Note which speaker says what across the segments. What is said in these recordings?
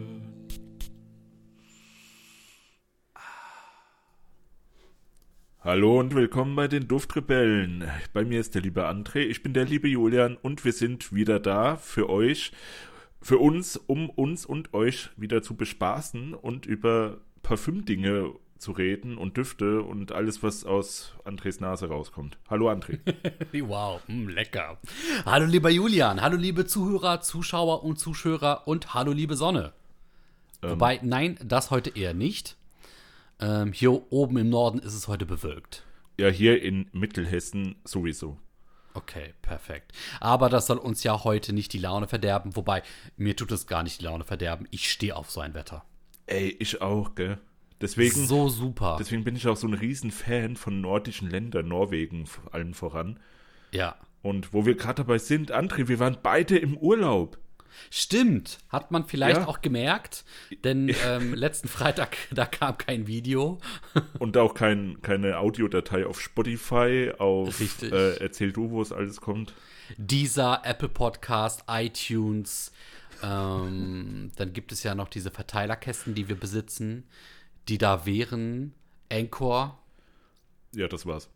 Speaker 1: Rebellen. Hallo und willkommen bei den Duftrebellen. Bei mir ist der liebe André, ich bin der liebe Julian und wir sind wieder da für euch, für uns, um uns und euch wieder zu bespaßen und über Parfümdinge zu reden und Düfte und alles, was aus Andres Nase rauskommt. Hallo André.
Speaker 2: Wow, mm, lecker. Hallo lieber Julian, hallo liebe Zuhörer, Zuschauer und Zuschauer und hallo liebe Sonne.
Speaker 1: Ähm.
Speaker 2: Wobei, nein, das heute eher nicht. Ähm, hier oben im Norden ist es heute bewölkt.
Speaker 1: ja, hier in Mittelhessen sowieso.
Speaker 2: Okay, perfekt. Aber das soll uns ja heute nicht die Laune verderben. Wobei, mir tut es gar nicht die Laune verderben. Ich stehe auf so ein Wetter.
Speaker 1: Ey, ich auch, gell? Deswegen,
Speaker 2: So super.
Speaker 1: deswegen bin ich auch so ein Riesenfan von nordischen Ländern, Norwegen vor allem voran.
Speaker 2: Ja.
Speaker 1: Und wo wir gerade dabei sind, André, wir waren beide im Urlaub.
Speaker 2: Stimmt, hat man vielleicht
Speaker 1: Ja.
Speaker 2: auch gemerkt, denn ähm, letzten Freitag, da kam kein Video.
Speaker 1: Und auch kein, keine Audiodatei auf Spotify, auf
Speaker 2: Richtig.
Speaker 1: äh, Erzähl du, wo es alles kommt.
Speaker 2: dieser Apple Podcast, iTunes. Ähm, dann gibt es ja noch diese Verteilerkästen, die wir besitzen, die da wären. Anchor,
Speaker 1: Ja, das war's.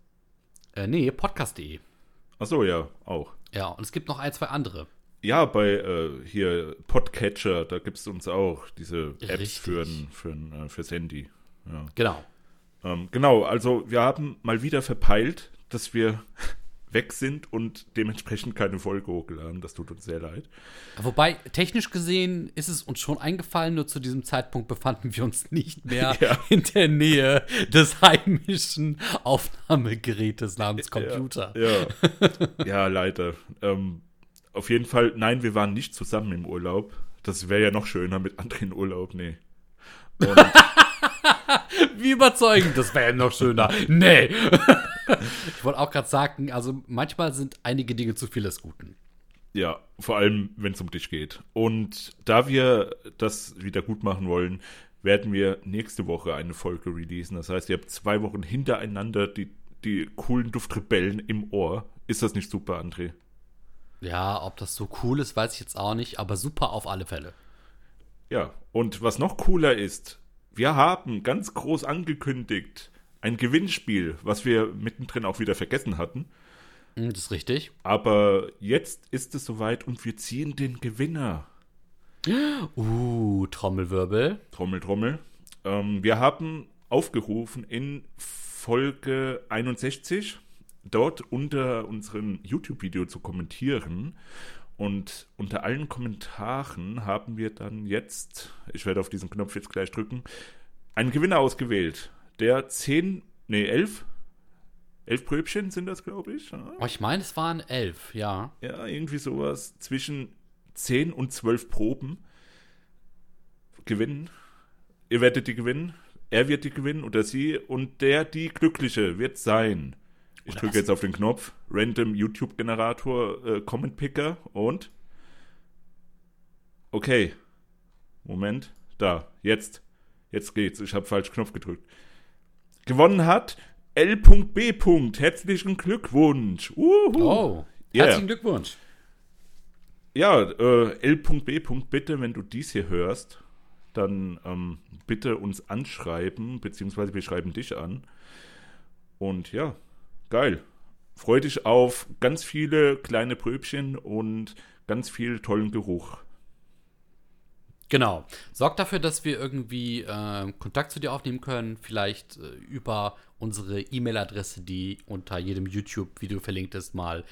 Speaker 2: äh, nee, podcast.de.
Speaker 1: Ach so, ja, auch.
Speaker 2: Ja, und es gibt noch ein, zwei andere.
Speaker 1: Ja, bei äh, hier Podcatcher, da gibt's uns auch diese Apps
Speaker 2: Richtig.
Speaker 1: für'n, für'n, äh, fürs Handy. Ja.
Speaker 2: Genau.
Speaker 1: Ähm, genau, also wir haben mal wieder verpeilt, dass wir weg sind und dementsprechend keine Folge hochgeladen. Das tut uns sehr leid.
Speaker 2: Wobei, technisch gesehen ist es uns schon eingefallen, nur zu diesem Zeitpunkt befanden wir uns nicht mehr
Speaker 1: Ja.
Speaker 2: in der Nähe des heimischen Aufnahmegerätes namens Computer.
Speaker 1: Ja, ja. ja leider. Ähm, auf jeden Fall, nein, wir waren nicht zusammen im Urlaub. Das wäre ja noch schöner mit anderen Urlaub, nee. Und,
Speaker 2: Wie überzeugend, das wäre ja noch schöner. Nee. ich wollte auch gerade sagen, also manchmal sind einige Dinge zu viel des Guten.
Speaker 1: ja, vor allem, wenn es um dich geht. Und da wir das wieder gut machen wollen, werden wir nächste Woche eine Folge releasen. Das heißt, ihr habt zwei Wochen hintereinander die, die coolen Duftrebellen im Ohr. Ist das nicht super, André?
Speaker 2: Ja, ob das so cool ist, weiß ich jetzt auch nicht, aber super auf alle Fälle.
Speaker 1: Ja, und was noch cooler ist, wir haben ganz groß angekündigt ein Gewinnspiel, was wir mittendrin auch wieder vergessen hatten.
Speaker 2: Hm, Das ist richtig.
Speaker 1: Aber jetzt ist es soweit und wir ziehen den Gewinner.
Speaker 2: Uh, Trommelwirbel.
Speaker 1: Trommel, Trommel. Ähm, wir haben aufgerufen in Folge 61, dort unter unserem YouTube-Video zu kommentieren. Und unter allen Kommentaren haben wir dann jetzt, ich werde auf diesen Knopf jetzt gleich drücken, einen Gewinner ausgewählt, der 10, nee, 11, 11 Pröbchen sind das, glaube ich. Ja?
Speaker 2: Oh, ich meine, es waren elf, ja.
Speaker 1: Ja, irgendwie sowas zwischen 10 und 12 Proben gewinnen. Ihr werdet die gewinnen, er wird die gewinnen oder sie und der, die Glückliche wird sein. Ich
Speaker 2: Oder
Speaker 1: drücke
Speaker 2: was?
Speaker 1: jetzt auf den Knopf. Random YouTube-Generator, äh, Comment Picker und. Okay. Moment. Da. Jetzt. Jetzt geht's. Ich habe falsch Knopf gedrückt. Gewonnen hat L.B. Herzlichen Glückwunsch. Uhu.
Speaker 2: Oh,
Speaker 1: Yeah.
Speaker 2: herzlichen Glückwunsch.
Speaker 1: Ja, äh, L.B. bitte, wenn du dies hier hörst, dann ähm, bitte uns anschreiben, beziehungsweise wir schreiben dich an. Und ja, geil. Freu dich auf ganz viele kleine Pröbchen und ganz viel tollen Geruch.
Speaker 2: Genau. Sorgt dafür, dass wir irgendwie ähm, Kontakt zu dir aufnehmen können, vielleicht äh, über unsere E-Mail-Adresse, die unter jedem YouTube-Video verlinkt ist, mal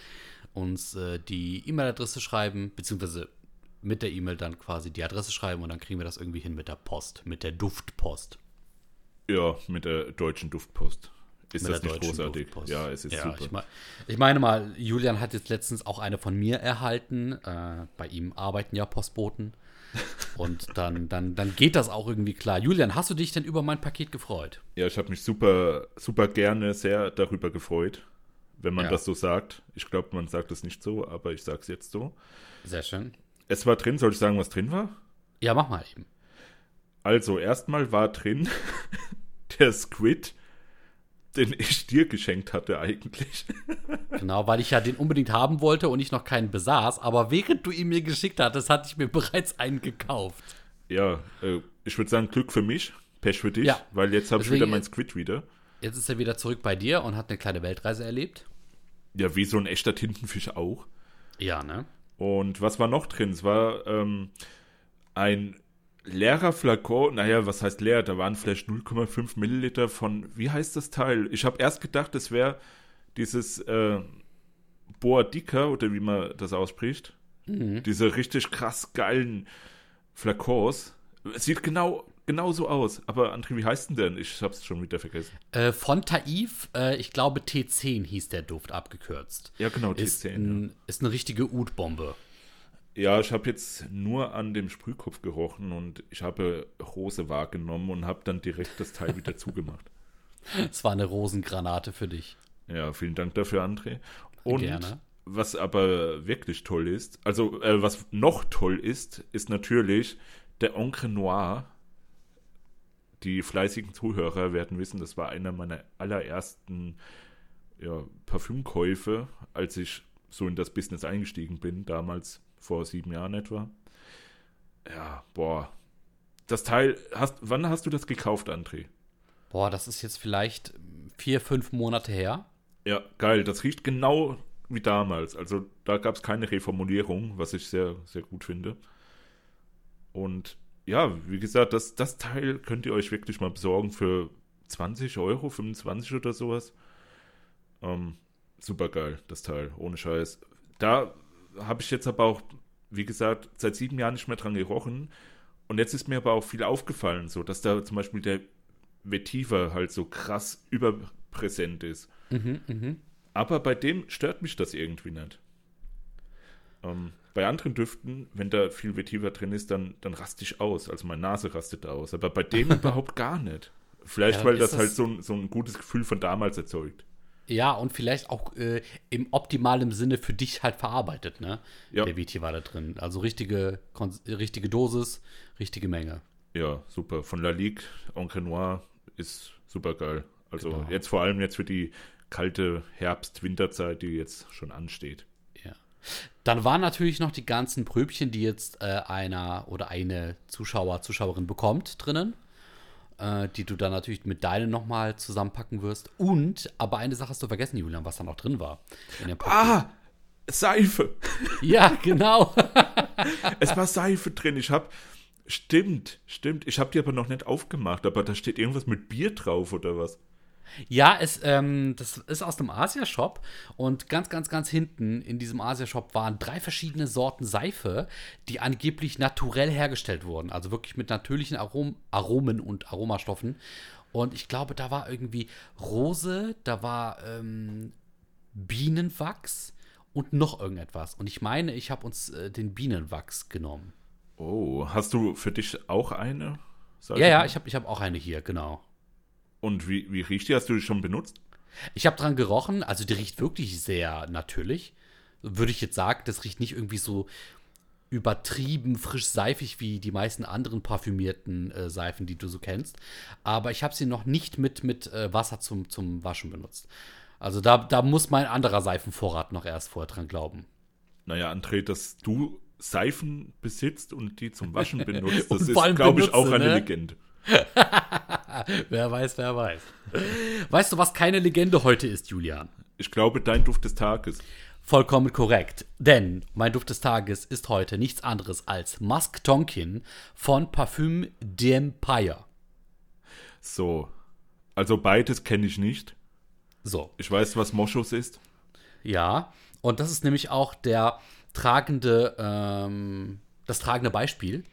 Speaker 2: uns äh, die E-Mail-Adresse schreiben, beziehungsweise mit der E-Mail dann quasi die Adresse schreiben und dann kriegen wir das irgendwie hin mit der Post, mit der Duftpost.
Speaker 1: Ja, mit der deutschen Duftpost. Ist
Speaker 2: Mit
Speaker 1: das
Speaker 2: der
Speaker 1: nicht
Speaker 2: deutschen
Speaker 1: großartig?
Speaker 2: Luftpost.
Speaker 1: Ja, es ist super.
Speaker 2: Ich, mein, ich meine mal, Julian hat jetzt letztens auch eine von mir erhalten. Äh, bei ihm arbeiten ja Postboten. Und dann, dann, dann geht das auch irgendwie klar. Julian, hast du dich denn über mein Paket gefreut?
Speaker 1: Ja, ich habe mich super, super gerne sehr darüber gefreut, wenn man
Speaker 2: Ja.
Speaker 1: das so sagt. Ich glaube, man sagt es nicht so, aber ich sag's jetzt so.
Speaker 2: Sehr schön.
Speaker 1: Es war drin, soll ich sagen, was drin war?
Speaker 2: Ja, mach mal eben.
Speaker 1: Also, erstmal war drin der Squid den ich dir geschenkt hatte eigentlich.
Speaker 2: Genau, weil ich ja den unbedingt haben wollte und ich noch keinen besaß. Aber während du ihn mir geschickt hattest, hatte ich mir bereits einen gekauft.
Speaker 1: Ja, äh, ich würde sagen, Glück für mich, Pech für dich,
Speaker 2: Ja.
Speaker 1: weil jetzt habe ich
Speaker 2: Deswegen-
Speaker 1: wieder mein Squid Reader.
Speaker 2: Jetzt ist er wieder zurück bei dir und hat eine kleine Weltreise erlebt.
Speaker 1: Ja, wie so ein echter Tintenfisch auch.
Speaker 2: Ja, ne?
Speaker 1: Und was war noch drin? Es war ähm, ein leerer Flakon, naja, was heißt leer? Da waren vielleicht 0,5 Milliliter von, wie heißt das Teil? Ich habe erst gedacht, es wäre dieses äh, Boadica oder wie man das ausspricht. Diese richtig krass geilen Flakons. Es sieht genau, genau so aus. Aber André, wie heißt denn denn? Ich hab's schon wieder vergessen.
Speaker 2: Äh, von Taif, äh, ich glaube T10 hieß der Duft abgekürzt.
Speaker 1: Ja, genau,
Speaker 2: Ist,
Speaker 1: T10,
Speaker 2: ein, ist eine richtige Ud-Bombe.
Speaker 1: Ja, ich habe jetzt nur an dem Sprühkopf gerochen und ich habe Rose wahrgenommen und habe dann direkt das Teil wieder zugemacht.
Speaker 2: Es war eine Rosengranate für dich.
Speaker 1: Ja, vielen Dank dafür, André. Und
Speaker 2: Gerne.
Speaker 1: was aber wirklich toll ist, also äh, was noch toll ist, ist natürlich der Encre Noir. Die fleißigen Zuhörer werden wissen, das war einer meiner allerersten ja, Parfümkäufe, als ich so in das Business eingestiegen bin, damals vor sieben Jahren etwa. Ja, boah. Das Teil, hast, wann hast du das gekauft, André?
Speaker 2: Boah, das ist jetzt vielleicht vier, fünf Monate her.
Speaker 1: Ja, geil. Das riecht genau wie damals. Also da gab es keine Reformulierung, was ich sehr, sehr gut finde. Und ja, wie gesagt, das, das Teil könnt ihr euch wirklich mal besorgen für 20 Euro, 25 oder sowas. Ähm, super geil, das Teil, ohne Scheiß. Da habe ich jetzt aber auch, wie gesagt, seit sieben Jahren nicht mehr dran gerochen. Und jetzt ist mir aber auch viel aufgefallen, so dass da zum Beispiel der Vetiver halt so krass überpräsent ist.
Speaker 2: Mhm, mhm.
Speaker 1: Aber bei dem stört mich das irgendwie nicht. Ähm, bei anderen Düften, wenn da viel Vetiver drin ist, dann, dann raste ich aus. Also meine Nase rastet aus. Aber bei dem überhaupt gar nicht. Vielleicht,
Speaker 2: Ja,
Speaker 1: weil
Speaker 2: ist
Speaker 1: das,
Speaker 2: das-
Speaker 1: halt so ein, so ein gutes Gefühl von damals erzeugt.
Speaker 2: Ja, und vielleicht auch äh, im optimalen Sinne für dich halt verarbeitet, ne?
Speaker 1: Ja.
Speaker 2: Der Viti war da drin. Also richtige, Kon- äh, richtige Dosis, richtige Menge.
Speaker 1: Ja, super. Von La Ligue, Encre Noir ist super geil. Also
Speaker 2: Genau.
Speaker 1: jetzt vor allem jetzt für die kalte Herbst-Winterzeit, die jetzt schon ansteht.
Speaker 2: Ja. Dann waren natürlich noch die ganzen Pröbchen, die jetzt äh, einer oder eine Zuschauer, Zuschauerin bekommt drinnen. Äh, die du dann natürlich mit deinen nochmal zusammenpacken wirst. Und, aber eine Sache hast du vergessen, Julian, was da noch drin war. In der Packung.
Speaker 1: Ah! Seife!
Speaker 2: Ja, genau.
Speaker 1: Es war Seife drin. Ich habe stimmt, stimmt. Ich habe die aber noch nicht aufgemacht, aber da steht irgendwas mit Bier drauf oder was?
Speaker 2: Ja, es, ähm, das ist aus dem Asia-Shop und ganz, ganz, ganz hinten in diesem Asia-Shop waren drei verschiedene Sorten Seife, die angeblich naturell hergestellt wurden. Also wirklich mit natürlichen Arom Aromen und Aromastoffen. Und ich glaube, da war irgendwie Rose, da war ähm, Bienenwachs und noch irgendetwas. Und ich meine, ich habe uns äh, den Bienenwachs genommen.
Speaker 1: Oh, hast du für dich auch eine? Seife?
Speaker 2: Ja, ja, ich habe ich hab auch eine hier, genau.
Speaker 1: Und wie, wie riecht die? Hast du die schon benutzt?
Speaker 2: Ich habe dran gerochen, also die riecht wirklich sehr natürlich. Würde ich jetzt sagen, das riecht nicht irgendwie so übertrieben frisch seifig wie die meisten anderen parfümierten äh, Seifen, die du so kennst. Aber ich habe sie noch nicht mit, mit äh, Wasser zum, zum Waschen benutzt. Also da, da muss mein anderer Seifenvorrat noch erst vorher dran glauben.
Speaker 1: Naja, André, dass du Seifen besitzt und die zum Waschen benutzt,
Speaker 2: Und
Speaker 1: das
Speaker 2: vor allem
Speaker 1: ist, glaube ich,
Speaker 2: benutze,
Speaker 1: auch eine
Speaker 2: ne?
Speaker 1: Legende.
Speaker 2: Wer weiß, wer weiß. weißt du, was keine Legende heute ist, Julian?
Speaker 1: Ich glaube, dein Duft des Tages.
Speaker 2: Vollkommen korrekt. Denn mein Duft des Tages ist heute nichts anderes als Musk Tonkin von Parfüm d'Empire.
Speaker 1: So. Also beides kenne ich nicht.
Speaker 2: So,
Speaker 1: Ich weiß, was Moschus ist.
Speaker 2: ja. Und das ist nämlich auch der tragende, ähm, das tragende Beispiel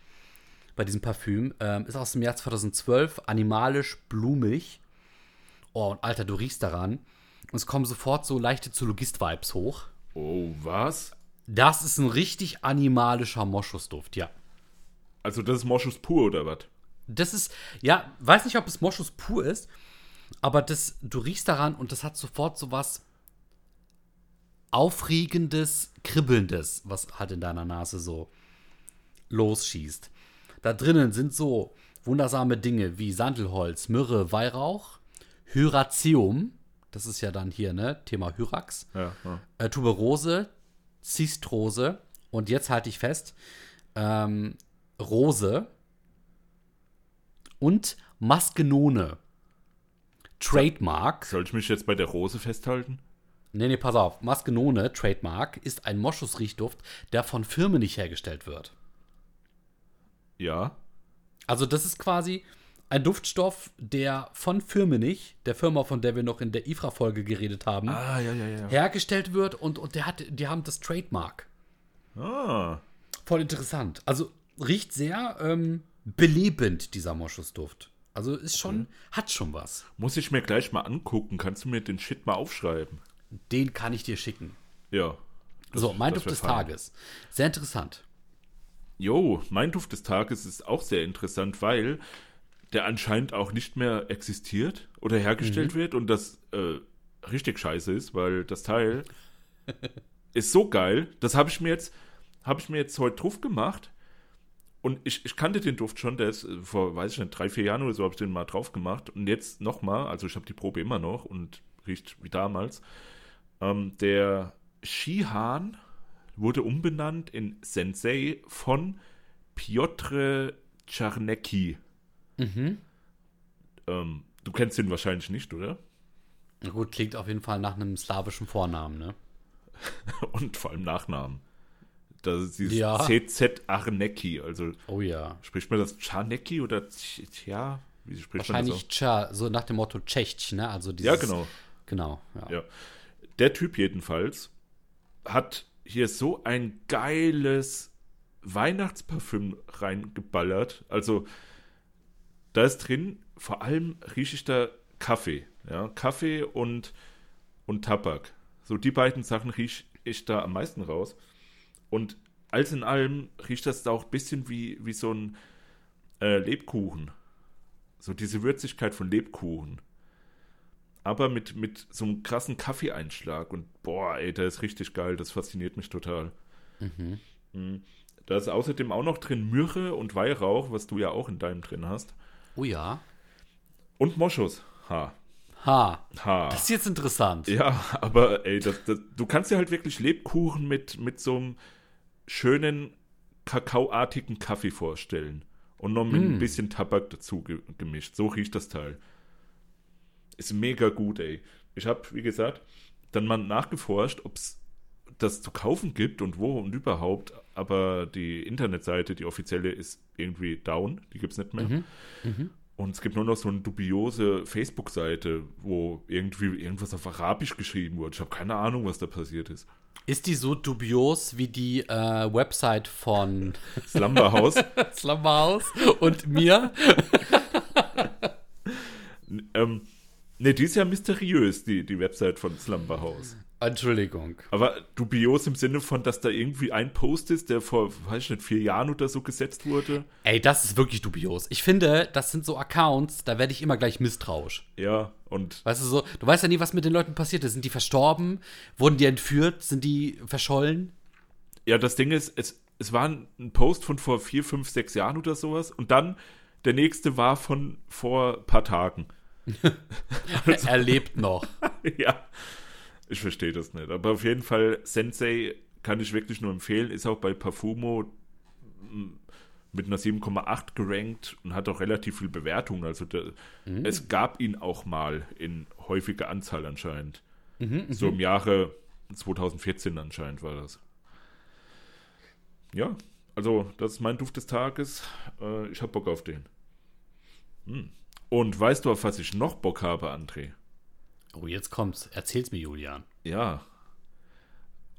Speaker 2: bei diesem Parfüm. Ähm, ist aus dem Jahr 2012, animalisch, blumig. Oh, und Alter, du riechst daran. Und es kommen sofort so leichte Zoologist-Vibes hoch.
Speaker 1: Oh, was?
Speaker 2: Das ist ein richtig animalischer Moschusduft, ja.
Speaker 1: Also das ist Moschus pur oder was?
Speaker 2: Das ist, ja, weiß nicht, ob es Moschus pur ist, aber das, du riechst daran und das hat sofort so was Aufregendes, Kribbelndes, was halt in deiner Nase so losschießt. Da drinnen sind so wundersame Dinge wie Sandelholz, Myrrhe, Weihrauch, Hyraceum, das ist ja dann hier, ne? Thema Hyrax.
Speaker 1: Ja, ja.
Speaker 2: äh, Tuberose, Zistrose und jetzt halte ich fest, ähm, Rose und Maskenone. Trademark.
Speaker 1: Soll ich mich jetzt bei der Rose festhalten?
Speaker 2: Nee, nee, pass auf. Maskenone, Trademark, ist ein Moschusriechduft, der von Firmen nicht hergestellt wird.
Speaker 1: Ja.
Speaker 2: Also das ist quasi ein Duftstoff, der von Firmenich, der Firma, von der wir noch in der IFRA-Folge geredet haben,
Speaker 1: Ah, ja, ja, ja.
Speaker 2: hergestellt wird und, und der hat, die haben das Trademark.
Speaker 1: Ah.
Speaker 2: Voll interessant. Also riecht sehr ähm, belebend, dieser Moschusduft. Also ist schon, hat schon was.
Speaker 1: Muss ich mir gleich mal angucken. Kannst du mir den Shit mal aufschreiben?
Speaker 2: Den kann ich dir schicken.
Speaker 1: Ja.
Speaker 2: so, mein
Speaker 1: das
Speaker 2: Duft
Speaker 1: wär
Speaker 2: des
Speaker 1: fein.
Speaker 2: Tages. Sehr interessant.
Speaker 1: Jo, mein Duft des Tages ist auch sehr interessant, weil der anscheinend auch nicht mehr existiert oder hergestellt wird und das äh, richtig scheiße ist, weil das Teil ist so geil. Das habe ich mir jetzt, habe ich mir jetzt heute drauf gemacht. Und ich, ich kannte den Duft schon, der ist äh, vor, weiß ich nicht, drei, vier Jahren oder so habe ich den mal drauf gemacht. Und jetzt nochmal, also ich habe die Probe immer noch und riecht wie damals. Ähm, der Shihan wurde umbenannt in Sensei von Piotr Czarnecki.
Speaker 2: Mhm.
Speaker 1: Ähm, du kennst den wahrscheinlich nicht, oder?
Speaker 2: Na gut, klingt auf jeden Fall nach einem slawischen Vornamen, ne?
Speaker 1: Und vor allem Nachnamen. Das ist dieses
Speaker 2: Ja.
Speaker 1: CZ Arnecki. Also
Speaker 2: Oh ja.
Speaker 1: spricht man das Czarnecki oder Tsch- Tja? Wie spricht man das?
Speaker 2: Wahrscheinlich
Speaker 1: auch?
Speaker 2: Tscha, so nach dem Motto Tschech, ne? Also dieses,
Speaker 1: Also. Ja, genau.
Speaker 2: Genau, ja.
Speaker 1: Ja. Der Typ jedenfalls hat hier so ein geiles Weihnachtsparfüm reingeballert. Also da ist drin, vor allem rieche ich da Kaffee. Ja, Kaffee und, und Tabak. So die beiden Sachen rieche ich da am meisten raus. Und als in allem riecht das da auch ein bisschen wie, wie so ein äh, Lebkuchen. So diese Würzigkeit von Lebkuchen. Aber mit, mit so einem krassen Kaffeeeinschlag. Und boah, ey, der ist richtig geil. Das fasziniert mich total.
Speaker 2: Mhm.
Speaker 1: Mhm. Da ist außerdem auch noch drin Myrrhe und Weihrauch, was du ja auch in deinem drin hast.
Speaker 2: Oh ja.
Speaker 1: Und Moschus. Ha.
Speaker 2: Ha.
Speaker 1: Ha.
Speaker 2: Das ist jetzt interessant.
Speaker 1: Ah. Ja, aber ey, das, das, du kannst ja halt wirklich Lebkuchen mit, mit so einem schönen kakaoartigen Kaffee vorstellen. Und noch mit ein bisschen Tabak dazu ge gemischt. So riecht das Teil. Ist mega gut, ey. Ich habe, wie gesagt, dann mal nachgeforscht, ob es das zu kaufen gibt und wo und überhaupt. Aber die Internetseite, die offizielle, ist irgendwie down. Die gibt's nicht mehr. Und es gibt nur noch so eine dubiose Facebook-Seite, wo irgendwie irgendwas auf Arabisch geschrieben wurde. Ich habe keine Ahnung, was da passiert ist.
Speaker 2: Ist die so dubios wie die äh, Website von
Speaker 1: Slumberhouse.
Speaker 2: Slumberhouse und mir?
Speaker 1: N- ähm, ne, die ist ja mysteriös, die, die Website von Slumberhouse.
Speaker 2: Entschuldigung.
Speaker 1: Aber dubios im Sinne von, dass da irgendwie ein Post ist, der vor, weiß ich nicht, vier Jahren oder so gesetzt wurde.
Speaker 2: Ey, das ist wirklich dubios. Ich finde, das sind so Accounts, da werde ich immer gleich misstrauisch.
Speaker 1: Ja, und
Speaker 2: Weißt du so, du weißt ja nie, was mit den Leuten passiert ist. Sind die verstorben? Wurden die entführt? Sind die verschollen?
Speaker 1: ja, das Ding ist, es, es war ein ein Post von vor vier, fünf, sechs Jahren oder sowas. Und dann der nächste war von vor ein paar Tagen.
Speaker 2: Er lebt noch.
Speaker 1: ja, ich verstehe das nicht. Aber auf jeden Fall, Sensei kann ich wirklich nur empfehlen. Ist auch bei Parfumo m, mit einer 7,8 gerankt und hat auch relativ viel Bewertungen. Also der, es gab ihn auch mal in häufiger Anzahl anscheinend. so im Jahre 2014 anscheinend war das. Ja, also das ist mein Duft des Tages. Äh, ich hab Bock auf den. Hm. Und weißt du, auf was ich noch Bock habe, André?
Speaker 2: Oh, jetzt kommt's. Erzähl's mir, Julian.
Speaker 1: ja,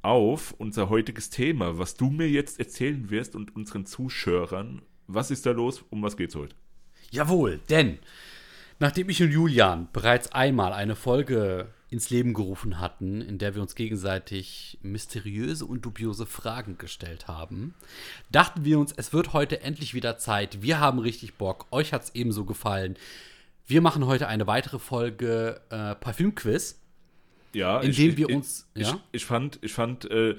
Speaker 1: auf unser heutiges Thema, was du mir jetzt erzählen wirst und unseren Zuschauern. Was ist da los? Um was geht's heute?
Speaker 2: Jawohl, denn nachdem ich und Julian bereits einmal eine Folge ins Leben gerufen hatten, in der wir uns gegenseitig mysteriöse und dubiose Fragen gestellt haben, dachten wir uns, es wird heute endlich wieder Zeit. Wir haben richtig Bock. Euch hat's ebenso gefallen. Wir machen heute eine weitere Folge äh, Parfümquiz.
Speaker 1: Ja,
Speaker 2: Indem wir uns-
Speaker 1: Ich,
Speaker 2: ja?
Speaker 1: ich fand, ich fand äh,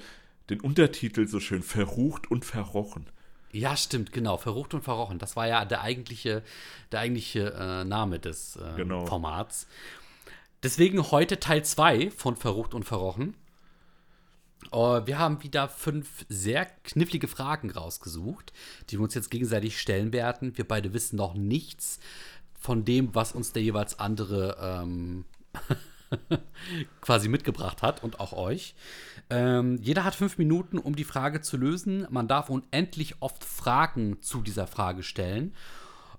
Speaker 1: den Untertitel so schön: Verrucht und verrochen.
Speaker 2: Ja, stimmt, genau. Verrucht und verrochen. Das war ja der eigentliche, der eigentliche äh, Name des äh,
Speaker 1: Genau.
Speaker 2: Formats. Deswegen heute Teil 2 von Verrucht und Verrochen. Äh, wir haben wieder fünf sehr knifflige Fragen rausgesucht, die wir uns jetzt gegenseitig stellen werden. Wir beide wissen noch nichts von dem, was uns der jeweils andere ähm, quasi mitgebracht hat und auch euch. Ähm, jeder hat fünf Minuten, um die Frage zu lösen. Man darf unendlich oft Fragen zu dieser Frage stellen.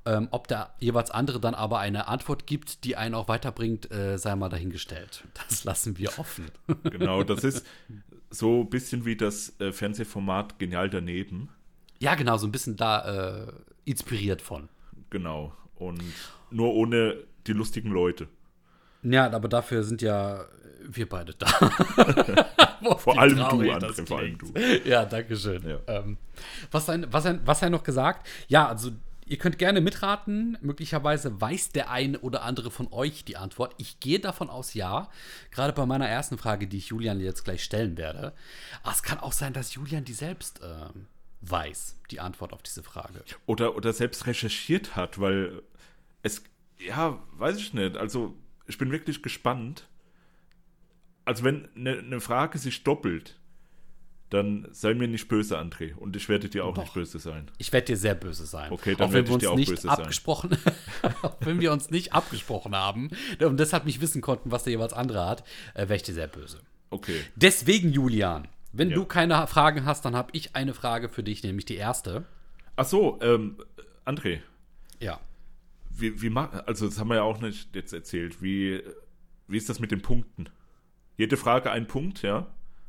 Speaker 2: Ähm, ob der jeweils andere dann aber eine Antwort gibt, die einen auch weiterbringt, äh, sei mal dahingestellt. Das lassen wir offen.
Speaker 1: Genau, das ist so ein bisschen wie das äh, Fernsehformat Genial daneben.
Speaker 2: ja, genau, so ein bisschen da äh, inspiriert von.
Speaker 1: Genau. Und nur ohne die lustigen Leute.
Speaker 2: Ja, aber dafür sind ja wir beide da.
Speaker 1: Vor allem du,
Speaker 2: traurig
Speaker 1: André,
Speaker 2: das
Speaker 1: vor allem
Speaker 2: klingt.
Speaker 1: du.
Speaker 2: Ja, danke schön.
Speaker 1: Ja.
Speaker 2: Ähm, was, er, was, er, was er noch gesagt? Ja, also ihr könnt gerne mitraten. Möglicherweise weiß der eine oder andere von euch die Antwort. Ich gehe davon aus, ja. Gerade bei meiner ersten Frage, die ich Julian jetzt gleich stellen werde. Aber es kann auch sein, dass Julian die selbst ähm, weiß, die Antwort auf diese Frage.
Speaker 1: Oder, oder selbst recherchiert hat, weil es, ja, weiß ich nicht. Also, ich bin wirklich gespannt. Also, wenn eine eine Frage sich doppelt, dann sei mir nicht böse, André. Und ich werde dir auch
Speaker 2: Doch.
Speaker 1: nicht böse sein.
Speaker 2: Ich werde dir sehr böse sein.
Speaker 1: Okay, dann
Speaker 2: auch wenn
Speaker 1: werd
Speaker 2: wir
Speaker 1: ich
Speaker 2: uns
Speaker 1: dir auch
Speaker 2: nicht
Speaker 1: böse sein.
Speaker 2: abgesprochen, auch wenn wir uns nicht abgesprochen haben und deshalb nicht wissen konnten, was der jeweils andere hat, äh, wäre ich dir sehr böse.
Speaker 1: Okay.
Speaker 2: Deswegen, Julian, wenn
Speaker 1: Ja.
Speaker 2: du keine Fragen hast, dann habe ich eine Frage für dich, nämlich die erste.
Speaker 1: Ach so, ähm, André,
Speaker 2: Ja.
Speaker 1: wie, wie ma- also das haben wir ja auch nicht jetzt erzählt, wie, wie ist das mit den Punkten? Jede Frage ein Punkt, ja?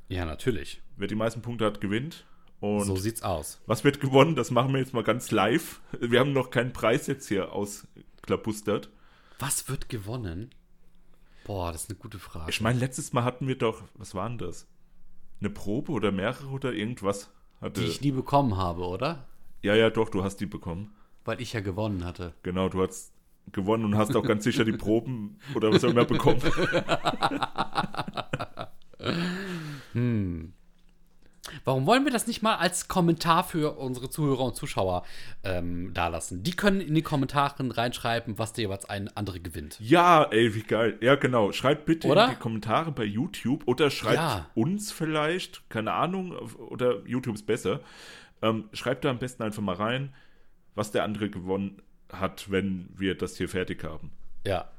Speaker 2: Ja, natürlich.
Speaker 1: Wer die meisten Punkte hat, gewinnt. Und
Speaker 2: so sieht's aus.
Speaker 1: was wird gewonnen, das machen wir jetzt mal ganz live. Wir haben noch keinen Preis jetzt hier ausklabustert.
Speaker 2: Was wird gewonnen? Boah, das ist eine gute Frage.
Speaker 1: Ich meine, letztes Mal hatten wir doch, was war denn das? Eine Probe oder mehrere oder irgendwas? Hatte,
Speaker 2: die ich nie bekommen habe, oder?
Speaker 1: ja, ja, doch, du hast die bekommen.
Speaker 2: Weil ich ja gewonnen hatte.
Speaker 1: Genau, du hast gewonnen und hast auch ganz sicher die Proben oder was auch immer bekommen.
Speaker 2: Warum wollen wir das nicht mal als Kommentar für unsere Zuhörer und Zuschauer ähm, dalassen? Die können in die Kommentaren reinschreiben, was der jeweils ein andere gewinnt.
Speaker 1: Ja, ey, wie geil. Ja, genau. Schreibt bitte
Speaker 2: Oder?
Speaker 1: in die Kommentare bei YouTube oder schreibt
Speaker 2: Ja.
Speaker 1: uns vielleicht, keine Ahnung, oder YouTube ist besser. Ähm, schreibt da am besten einfach mal rein, was der andere gewonnen hat, wenn wir das hier fertig haben.
Speaker 2: Ja.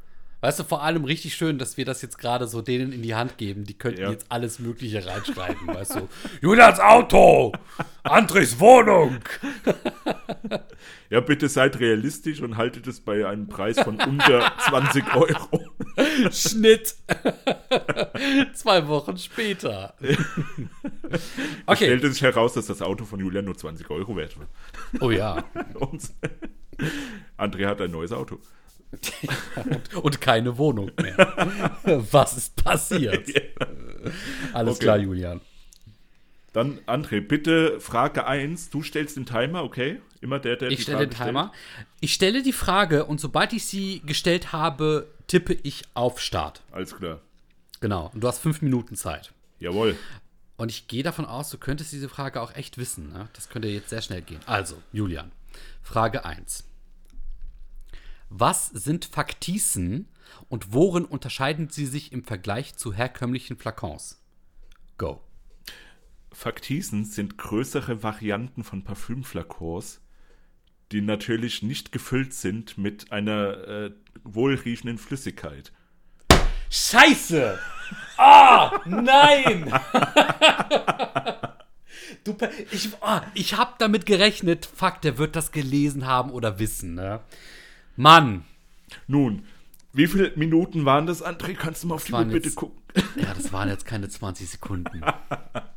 Speaker 2: Weißt du, vor allem richtig schön, dass wir das jetzt gerade so denen in die Hand geben. Die könnten
Speaker 1: Ja.
Speaker 2: jetzt alles Mögliche reinschreiben, weißt du. Julians Auto! Andres Wohnung!
Speaker 1: Ja, bitte seid realistisch und haltet es bei einem Preis von unter 20 Euro.
Speaker 2: Schnitt! Zwei Wochen später. Okay.
Speaker 1: Stellte sich heraus, dass das Auto von Julian nur 20 Euro wert war.
Speaker 2: Oh ja.
Speaker 1: Und André hat ein neues Auto.
Speaker 2: Und keine Wohnung mehr. Was ist passiert? Alles
Speaker 1: Okay.
Speaker 2: klar, Julian.
Speaker 1: Dann, André, bitte Frage 1. Du stellst den Timer, okay? Immer der, der
Speaker 2: Ich
Speaker 1: die
Speaker 2: stelle
Speaker 1: Frage
Speaker 2: den Timer. Ich stelle die Frage und sobald ich sie gestellt habe, tippe ich auf Start.
Speaker 1: Stellt. Alles klar.
Speaker 2: Genau. Und du hast fünf Minuten Zeit.
Speaker 1: Jawohl.
Speaker 2: Und ich gehe davon aus, du könntest diese Frage auch echt wissen. Ne? Das könnte jetzt sehr schnell gehen. Also, Julian, Frage 1. Was sind Faktisen und worin unterscheiden sie sich im Vergleich zu herkömmlichen Flakons? Go.
Speaker 1: Faktisen sind größere Varianten von Parfümflakons, die natürlich nicht gefüllt sind mit einer äh, wohlriechenden Flüssigkeit.
Speaker 2: Scheiße! Ah, nein! du, Pe- ich, ah, ich habe damit gerechnet. Fuck, der wird das gelesen haben oder wissen, ne? Mann!
Speaker 1: Nun, wie viele Minuten waren das, André? Kannst du mal auf die Uhr
Speaker 2: waren
Speaker 1: bitte
Speaker 2: jetzt-
Speaker 1: gucken?
Speaker 2: Ja, das waren jetzt keine 20 Sekunden.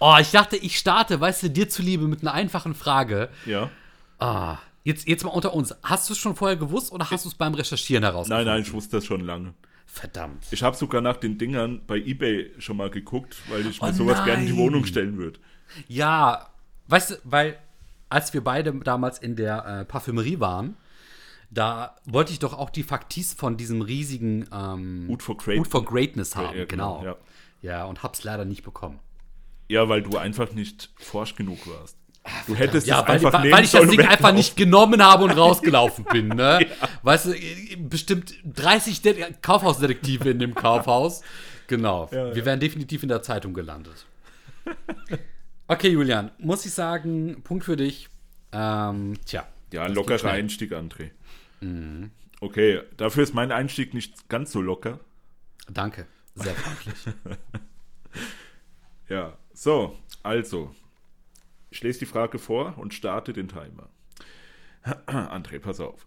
Speaker 2: Oh, ich dachte, ich starte, weißt du, dir zuliebe mit einer einfachen Frage.
Speaker 1: Ja.
Speaker 2: Ah, jetzt, jetzt mal unter uns. Hast du es schon vorher gewusst oder hast du es beim Recherchieren
Speaker 1: Nein,
Speaker 2: herausgefunden?
Speaker 1: nein, ich wusste das schon lange.
Speaker 2: Verdammt.
Speaker 1: Ich habe sogar nach den Dingern bei eBay schon mal geguckt, weil ich mir
Speaker 2: Oh
Speaker 1: sowas gerne in die
Speaker 2: nein.
Speaker 1: Wohnung stellen würde.
Speaker 2: Ja, weißt du, weil als wir beide damals in der äh, Parfümerie waren, da wollte ich doch auch die Faktis von diesem riesigen ähm,
Speaker 1: Good for Great-
Speaker 2: Good for Greatness haben,
Speaker 1: ja, genau,
Speaker 2: genau. Ja. ja, und hab's leider nicht bekommen.
Speaker 1: Ja, weil du einfach nicht forsch genug warst. Du hättest
Speaker 2: Ah, Ja,
Speaker 1: es
Speaker 2: weil,
Speaker 1: einfach
Speaker 2: weil,
Speaker 1: nehmen
Speaker 2: weil ich das
Speaker 1: sollen und
Speaker 2: Ding einfach
Speaker 1: weglaufen.
Speaker 2: nicht genommen habe und rausgelaufen bin, ne? Weißt du, bestimmt 30 De Kaufhausdetektive in dem Kaufhaus. Genau.
Speaker 1: Ja,
Speaker 2: Wir
Speaker 1: ja.
Speaker 2: wären definitiv in der Zeitung gelandet. Okay, Julian, muss ich sagen, Punkt für dich. Ähm, tja.
Speaker 1: Ja,
Speaker 2: das
Speaker 1: ein
Speaker 2: geht
Speaker 1: lockerer
Speaker 2: schnell. Mhm.
Speaker 1: Einstieg, André. Okay, dafür ist mein Einstieg nicht ganz so locker.
Speaker 2: Danke. Sehr freundlich.
Speaker 1: Ja, so, also. Ich lese die Frage vor und starte den Timer. André, pass auf.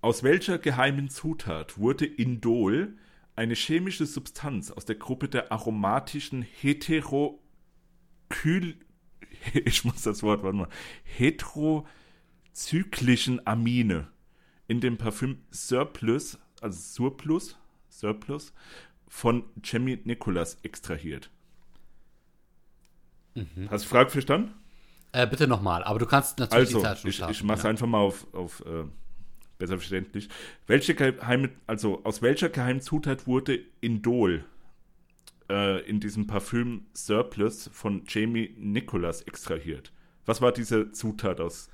Speaker 1: Aus welcher geheimen Zutat wurde Indol, eine chemische Substanz aus der Gruppe der aromatischen Heterokyl... Ich muss das Wort, warte mal. Heterozyklischen Amine in dem Parfüm Surplus, also Surplus, Surplus von Jamie Nicholas extrahiert? Hast du die Frage verstanden?
Speaker 2: äh, bitte nochmal, aber du kannst natürlich
Speaker 1: Also,
Speaker 2: die Zeitung
Speaker 1: ich, ich
Speaker 2: starten.
Speaker 1: mache es einfach mal auf, auf äh, besser verständlich. Welche geheime, also aus welcher geheimen Zutat wurde Indol äh, in diesem Parfüm Surplus von Jamie Nicholas extrahiert? Was war diese Zutat aus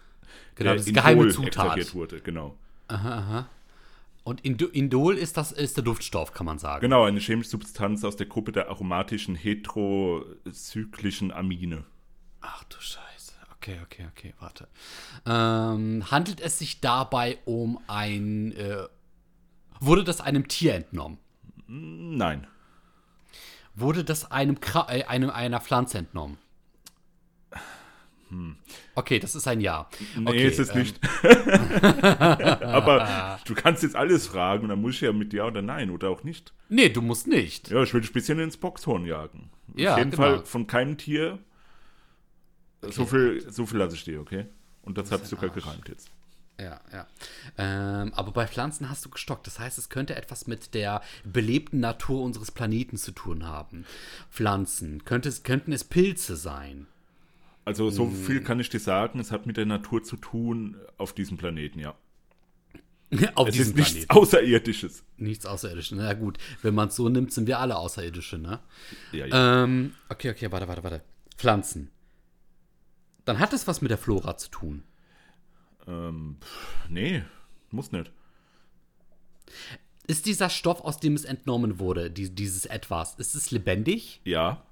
Speaker 2: Genau,
Speaker 1: der
Speaker 2: das ist geheime
Speaker 1: äh, Indol
Speaker 2: Zutat.
Speaker 1: extrahiert wurde? Genau.
Speaker 2: Und Indo Indol ist das ist der Duftstoff, kann man sagen.
Speaker 1: Genau, eine chemische Substanz aus der Gruppe der aromatischen heterocyclischen Amine.
Speaker 2: Ach du Scheiße. Okay, okay, okay, warte. Ähm, handelt es sich dabei um ein. Äh, wurde das einem Tier entnommen?
Speaker 1: Nein.
Speaker 2: Wurde das einem, Kra äh, einem einer Pflanze entnommen? Okay, das ist ein Ja.
Speaker 1: Hm. Nee,
Speaker 2: okay,
Speaker 1: ist es
Speaker 2: ähm,
Speaker 1: nicht. Aber du kannst jetzt alles fragen und dann muss ich ja mit Ja oder Nein oder auch nicht.
Speaker 2: Nee, du musst nicht.
Speaker 1: Ja, ich will dich ein bisschen ins Boxhorn jagen.
Speaker 2: Ja,
Speaker 1: Auf jeden
Speaker 2: genau.
Speaker 1: Fall von keinem Tier. So viel, so viel lasse ich dir, okay? Und das hat sogar gereimt jetzt.
Speaker 2: Ja, ja. Ähm, aber bei Pflanzen hast du gestockt. Das heißt, es könnte etwas mit der belebten Natur unseres Planeten zu tun haben. Pflanzen. Könnte es, könnten es Pilze sein?
Speaker 1: Also so
Speaker 2: Mm.
Speaker 1: viel kann ich dir sagen, es hat mit der Natur zu tun auf diesem Planeten, ja.
Speaker 2: Auf
Speaker 1: Es
Speaker 2: diesem
Speaker 1: ist nichts
Speaker 2: Planeten.
Speaker 1: Außerirdisches.
Speaker 2: Nichts Außerirdisches. Na gut, wenn man es so nimmt, sind wir alle Außerirdische, ne?
Speaker 1: Ja, ja.
Speaker 2: Ähm, okay, okay, warte, warte, warte. Pflanzen. Dann hat es was mit der Flora zu tun.
Speaker 1: Ähm, pff, nee, muss nicht.
Speaker 2: Ist dieser Stoff, aus dem es entnommen wurde, die, dieses Etwas, ist es lebendig?
Speaker 1: Ja,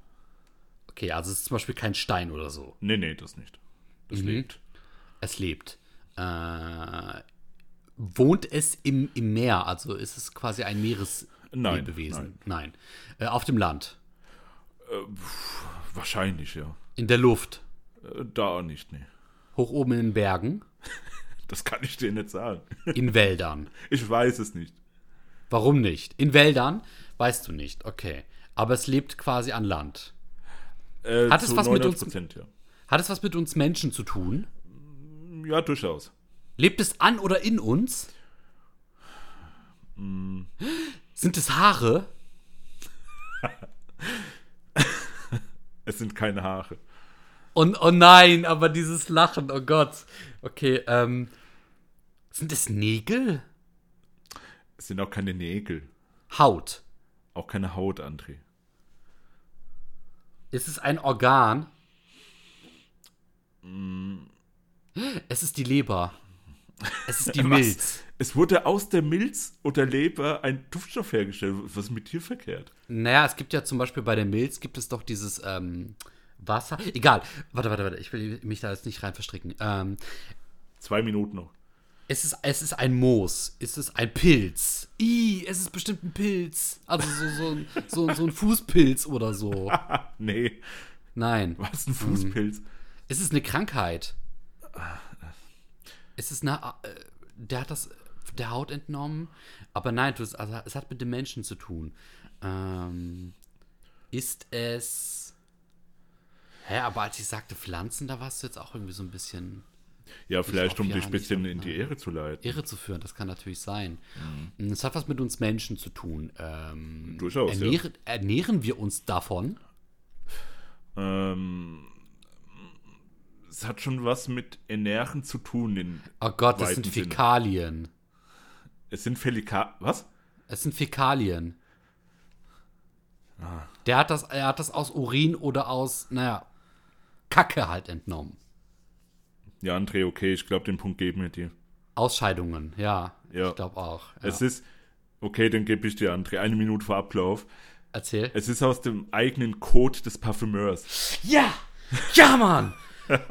Speaker 2: Okay, also es ist zum Beispiel kein Stein oder so.
Speaker 1: nee, nee, das nicht. Das
Speaker 2: Mhm.
Speaker 1: lebt.
Speaker 2: Es lebt. Äh, wohnt es im, im Meer? Also ist es quasi ein
Speaker 1: Nein,
Speaker 2: Meereslebewesen? Nein. Äh, auf dem Land.
Speaker 1: Wahrscheinlich, ja.
Speaker 2: In der Luft.
Speaker 1: Äh, Da nicht, nee.
Speaker 2: Hoch oben in den Bergen.
Speaker 1: Das kann ich dir nicht sagen.
Speaker 2: In Wäldern.
Speaker 1: Ich weiß es nicht.
Speaker 2: Warum nicht? In Wäldern? Weißt du nicht. Okay. Aber es lebt quasi an Land.
Speaker 1: Äh,
Speaker 2: Hat es was mit uns-
Speaker 1: Prozent, ja.
Speaker 2: Hat es was mit uns Menschen zu tun?
Speaker 1: ja, durchaus.
Speaker 2: Lebt es an oder in uns? Sind es Haare?
Speaker 1: Es sind keine Haare.
Speaker 2: Und oh nein, aber dieses Lachen, oh Gott. Okay, ähm. Sind es Nägel?
Speaker 1: Es sind auch keine Nägel.
Speaker 2: Haut.
Speaker 1: Auch keine Haut, André.
Speaker 2: Ist es ein Organ? Es ist die Leber. Es ist die Milz.
Speaker 1: Es wurde aus der Milz oder Leber ein Duftstoff hergestellt. Was ist mit dir verkehrt?
Speaker 2: Naja, es gibt ja zum Beispiel bei der Milz gibt es doch dieses ähm, Wasser. Egal. Warte, warte, warte. Ich will mich da jetzt nicht rein verstricken. Ähm,
Speaker 1: Zwei Minuten noch.
Speaker 2: es, ist, es ist ein Moos. Es ist ein Pilz. I, es ist bestimmt ein Pilz. Also so, so, ein- so, so ein Fußpilz oder so.
Speaker 1: Nee,
Speaker 2: Nein.
Speaker 1: was ein Fußpilz.
Speaker 2: Mhm. Es ist eine Krankheit.
Speaker 1: Äh,
Speaker 2: Es ist eine. äh, Der hat das der Haut entnommen. Aber nein, du, es, also, es hat mit dem Menschen zu tun. Ähm, ist es. Hä, aber als ich sagte Pflanzen, da warst du jetzt auch irgendwie so ein bisschen
Speaker 1: Ja, vielleicht
Speaker 2: hoffe
Speaker 1: um
Speaker 2: ja
Speaker 1: dich ein
Speaker 2: nicht,
Speaker 1: bisschen
Speaker 2: aber
Speaker 1: in die
Speaker 2: nein.
Speaker 1: Ehre zu leiten.
Speaker 2: irre zu führen. Das kann natürlich sein. Es hat was mit uns Menschen zu tun. Ähm,
Speaker 1: Mhm. Durchaus, ja.
Speaker 2: ernähren, ernähren wir uns davon?
Speaker 1: Ähm, es hat schon was mit Ernähren zu tun. In,
Speaker 2: Oh Gott, das
Speaker 1: Weiten
Speaker 2: sind
Speaker 1: Sinne.
Speaker 2: Fäkalien.
Speaker 1: es sind Felika... Was?
Speaker 2: Es sind Fäkalien.
Speaker 1: Ah.
Speaker 2: Der hat das, er hat das aus Urin oder aus, naja, Kacke halt entnommen.
Speaker 1: Ja, André, okay, ich glaube, den Punkt geben wir dir.
Speaker 2: Ausscheidungen, ja.
Speaker 1: Ja.
Speaker 2: Ich glaube auch. Ja.
Speaker 1: Es ist, okay, dann gebe ich dir, André, eine Minute vor Ablauf.
Speaker 2: Erzähl.
Speaker 1: Es ist aus dem eigenen Code des Parfümeurs.
Speaker 2: ja! Ja, Mann!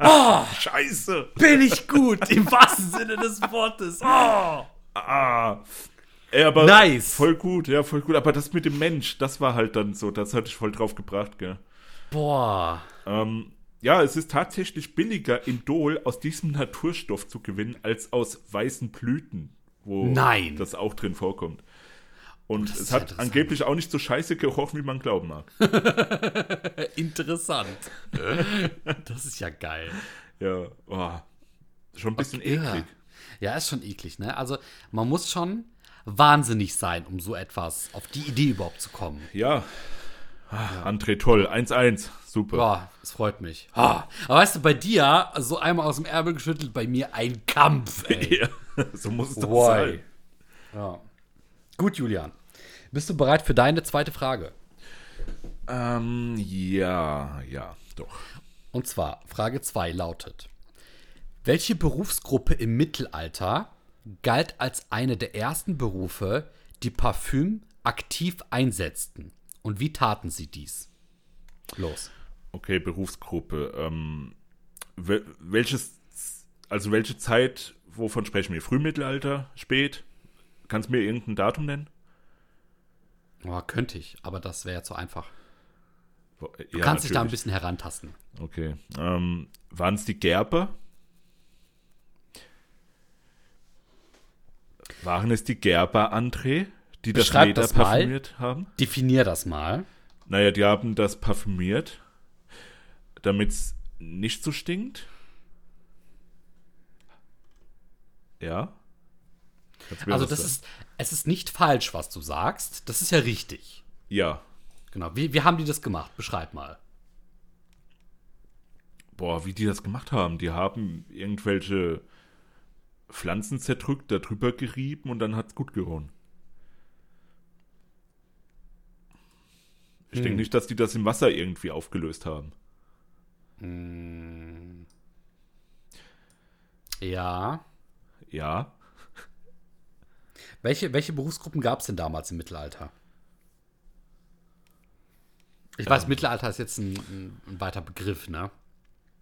Speaker 2: Oh,
Speaker 1: Scheiße!
Speaker 2: bin ich gut, im wahrsten Sinne des Wortes. Oh!
Speaker 1: Ah. Ey, aber
Speaker 2: Nice.
Speaker 1: Voll gut, ja, voll gut. Aber das mit dem Mensch, das war halt dann so, das hatte ich voll drauf gebracht, gell.
Speaker 2: Boah.
Speaker 1: Ähm, ja, es ist tatsächlich billiger, Indol aus diesem Naturstoff zu gewinnen, als aus weißen Blüten, wo
Speaker 2: Nein.
Speaker 1: das auch drin vorkommt. Und
Speaker 2: ist
Speaker 1: es
Speaker 2: ja
Speaker 1: hat
Speaker 2: interessant.
Speaker 1: angeblich auch nicht so scheiße gerochen, wie man glauben mag.
Speaker 2: Interessant. das ist ja geil.
Speaker 1: Ja, boah. schon ein bisschen eklig.
Speaker 2: Ja. ja, ist schon eklig, ne? Also, man muss schon wahnsinnig sein, um so etwas, auf die Idee überhaupt zu kommen.
Speaker 1: Ja. Ah, André, toll. 1-1. Super.
Speaker 2: Boah, es freut mich. Ah, aber weißt du, bei dir, so einmal aus dem Ärmel geschüttelt, bei mir ein Kampf, ey.
Speaker 1: Ja, so muss es doch
Speaker 2: Why?
Speaker 1: sein.
Speaker 2: Ja. Gut, Julian. Bist du bereit für deine zweite Frage?
Speaker 1: Ähm, ja, ja, doch.
Speaker 2: Und zwar, Frage 2 lautet: Welche Berufsgruppe im Mittelalter galt als eine der ersten Berufe, die Parfüm aktiv einsetzten? Und wie taten sie dies? Los.
Speaker 1: Okay, Berufsgruppe. Ähm, wel welches, also welche Zeit, wovon sprechen wir? Frühmittelalter? Spät? Kannst du mir irgendein Datum nennen?
Speaker 2: Oh, könnte ich, aber das wäre ja zu einfach.
Speaker 1: Du
Speaker 2: Du kannst dich da ein bisschen herantasten.
Speaker 1: äh, Okay. Ähm, Waren es die Gerber? Waren es die Gerber, André, die das
Speaker 2: Beschreib
Speaker 1: Leder
Speaker 2: das mal.
Speaker 1: parfümiert haben?
Speaker 2: Definier das mal.
Speaker 1: Naja, die haben das parfümiert, damit es nicht so stinkt. Ja. Kannst du mir
Speaker 2: Also,
Speaker 1: was
Speaker 2: das
Speaker 1: sagen?
Speaker 2: ist, es ist nicht falsch, was du sagst. Das ist ja richtig.
Speaker 1: Ja.
Speaker 2: Genau. Wie, wie haben die das gemacht? Beschreib mal.
Speaker 1: Boah, wie die das gemacht haben. Die haben irgendwelche Pflanzen zerdrückt, da drüber gerieben und dann hat's gut gerochen. Ich
Speaker 2: Hm.
Speaker 1: denke nicht, dass die das im Wasser irgendwie aufgelöst haben.
Speaker 2: Ja.
Speaker 1: Ja.
Speaker 2: Welche, welche Berufsgruppen gab es denn damals im Mittelalter? Ich weiß, Mittelalter ist jetzt ein, ein, ein weiter Begriff, ne?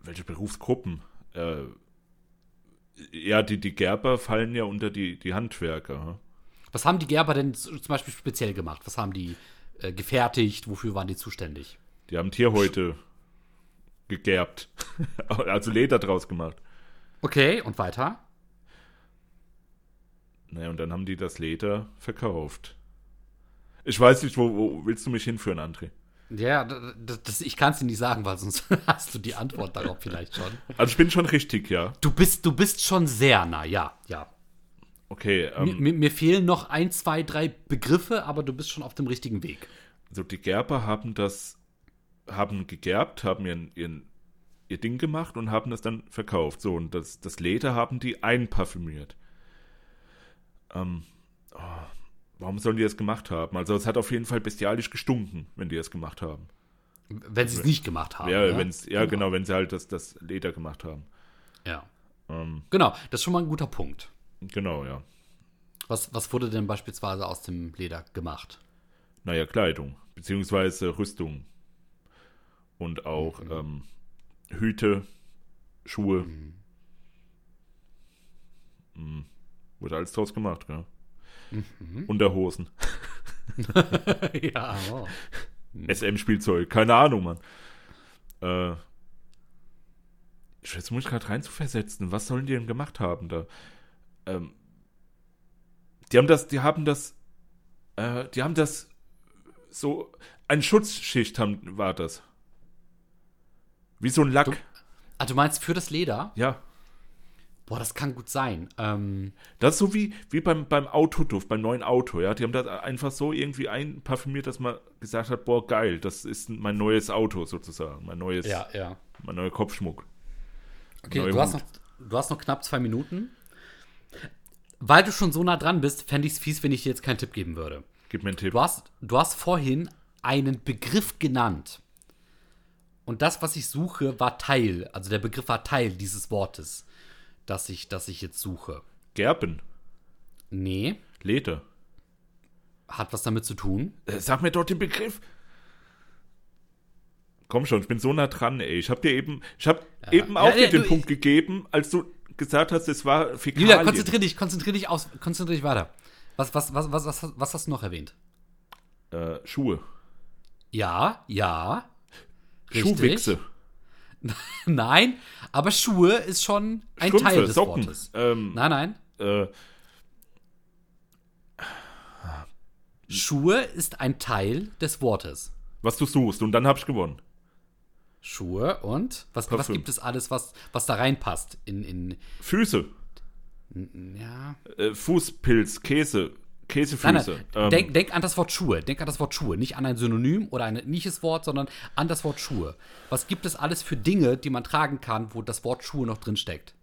Speaker 1: Welche Berufsgruppen? Äh, ja, die, die Gerber fallen ja unter die, die Handwerker. hm?
Speaker 2: Was haben die Gerber denn z- zum Beispiel speziell gemacht? Was haben die äh, gefertigt? Wofür waren die zuständig?
Speaker 1: Die haben Tierhäute gegerbt. also Leder draus gemacht.
Speaker 2: Okay, und weiter?
Speaker 1: Naja, und dann haben die das Leder verkauft. Ich weiß nicht, wo, wo willst du mich hinführen, André?
Speaker 2: Ja, d- d- das, ich kann es dir nicht sagen, weil sonst hast du die Antwort darauf vielleicht schon.
Speaker 1: Also ich bin schon richtig, ja.
Speaker 2: Du bist, du bist schon sehr nah, ja, ja.
Speaker 1: Okay,
Speaker 2: Mir,
Speaker 1: ähm,
Speaker 2: mir, mir fehlen noch ein, zwei, drei Begriffe, aber du bist schon auf dem richtigen Weg.
Speaker 1: also die Gerber haben das, haben gegerbt, haben ihren, ihren, ihr Ding gemacht und haben das dann verkauft. So, und das, das Leder haben die einparfümiert. Ähm, oh, warum sollen die das gemacht haben? Also es hat auf jeden Fall bestialisch gestunken, wenn die das gemacht haben.
Speaker 2: Wenn sie es nicht gemacht haben.
Speaker 1: Ah, ja,
Speaker 2: ne?
Speaker 1: wenn's, ja genau. wenn sie halt das, das Leder gemacht haben.
Speaker 2: Ja.
Speaker 1: Ähm,
Speaker 2: Genau, das ist schon mal ein guter Punkt.
Speaker 1: genau, ja.
Speaker 2: Was, was wurde denn beispielsweise aus dem Leder gemacht?
Speaker 1: naja, Kleidung, beziehungsweise Rüstung und auch ähm, Hüte, Schuhe. Mhm. Wurde alles draus gemacht, gell? Unterhosen,
Speaker 2: ja. Oh.
Speaker 1: SM-Spielzeug, keine Ahnung, Mann. Äh, ich- jetzt muss ich gerade rein zu versetzen, was sollen die denn gemacht haben da? Ähm, die haben das, die haben das, äh, die haben das so, eine Schutzschicht haben, war das. Wie so ein Lack,
Speaker 2: Ah, du meinst für das Leder?
Speaker 1: ja.
Speaker 2: Boah, das kann gut sein. Ähm,
Speaker 1: Das ist so wie, wie beim, beim Autoduft, beim neuen Auto, ja. Die haben das einfach so irgendwie einparfümiert, dass man gesagt hat, boah, geil, das ist mein neues Auto sozusagen, mein neues,
Speaker 2: ja, ja.
Speaker 1: mein neuer Kopfschmuck.
Speaker 2: Okay,
Speaker 1: Neuer
Speaker 2: du hast, noch,
Speaker 1: Hut.
Speaker 2: du hast noch knapp zwei Minuten. Weil du schon so nah dran bist, fände ich es fies, wenn ich dir jetzt keinen Tipp geben würde.
Speaker 1: Gib mir einen Tipp.
Speaker 2: Du hast, du hast vorhin einen Begriff genannt. Und das, was ich suche, war Teil. Also der Begriff war Teil dieses Wortes, das ich, das ich jetzt suche.
Speaker 1: Gerben.
Speaker 2: Nee,
Speaker 1: Leder.
Speaker 2: hat was damit zu tun.
Speaker 1: Äh, Sag mir doch den Begriff. Komm schon, ich bin so nah dran, ey. Ich hab dir eben, ich hab eben auch
Speaker 2: Ja,
Speaker 1: dir
Speaker 2: ja,
Speaker 1: den
Speaker 2: du-
Speaker 1: Punkt gegeben, als du gesagt hast, es war
Speaker 2: Julia,
Speaker 1: Fäkalien.
Speaker 2: konzentrier dich, konzentrier dich aus, konzentrier dich weiter. Was, was, was, was, was, was hast du noch erwähnt?
Speaker 1: äh, Schuhe.
Speaker 2: Ja, ja.
Speaker 1: Schuhwichse.
Speaker 2: Nein, aber Schuhe ist schon ein
Speaker 1: Strümpfe,
Speaker 2: Teil des
Speaker 1: Socken.
Speaker 2: Wortes.
Speaker 1: Ähm,
Speaker 2: Nein, nein.
Speaker 1: äh,
Speaker 2: Schuhe ist ein Teil des Wortes.
Speaker 1: was du suchst. Und dann hab ich gewonnen.
Speaker 2: Schuhe und was, was
Speaker 1: Parfüm.
Speaker 2: gibt es alles, was, was da reinpasst? In, in,
Speaker 1: Füße.
Speaker 2: ja.
Speaker 1: Äh, Fußpilz, Käse.
Speaker 2: Nein,
Speaker 1: Käsefüße.
Speaker 2: nein.
Speaker 1: Ähm,
Speaker 2: denk, denk an das Wort Schuhe. Denk an das Wort Schuhe. Nicht an ein Synonym oder ein ähnliches Wort, sondern an das Wort Schuhe. Was gibt es alles für Dinge, die man tragen kann, wo das Wort Schuhe noch drin steckt?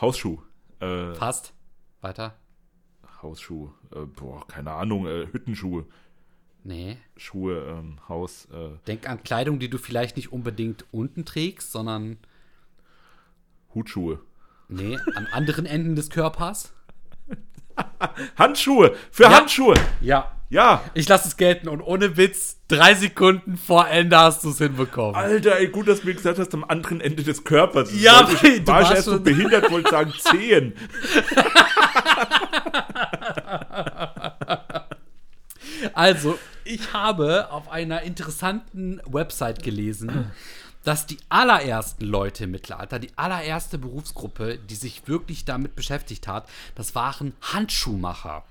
Speaker 1: Hausschuh. Äh,
Speaker 2: Passt. Weiter.
Speaker 1: Hausschuh. Äh, boah, keine Ahnung. Äh, Hüttenschuhe.
Speaker 2: Nee.
Speaker 1: Schuhe, ähm, Haus. Äh,
Speaker 2: Denk an Kleidung, die du vielleicht nicht unbedingt unten trägst, sondern
Speaker 1: Hutschuhe.
Speaker 2: nee, an anderen Enden des Körpers.
Speaker 1: Handschuhe! Für Handschuhe!
Speaker 2: Ja.
Speaker 1: Ja!
Speaker 2: Ich lasse es gelten und ohne Witz, drei Sekunden vor Ende hast du es hinbekommen.
Speaker 1: Alter, ey, gut, dass du mir gesagt hast, am anderen Ende des Körpers. Das
Speaker 2: Ja,
Speaker 1: wollte ich,
Speaker 2: du
Speaker 1: war ich
Speaker 2: warst
Speaker 1: erst so
Speaker 2: schon-
Speaker 1: behindert, wollte sagen Zehen.
Speaker 2: Also, ich habe auf einer interessanten Website gelesen, dass die allerersten Leute im Mittelalter, die allererste Berufsgruppe, die sich wirklich damit beschäftigt hat, das waren Handschuhmacher.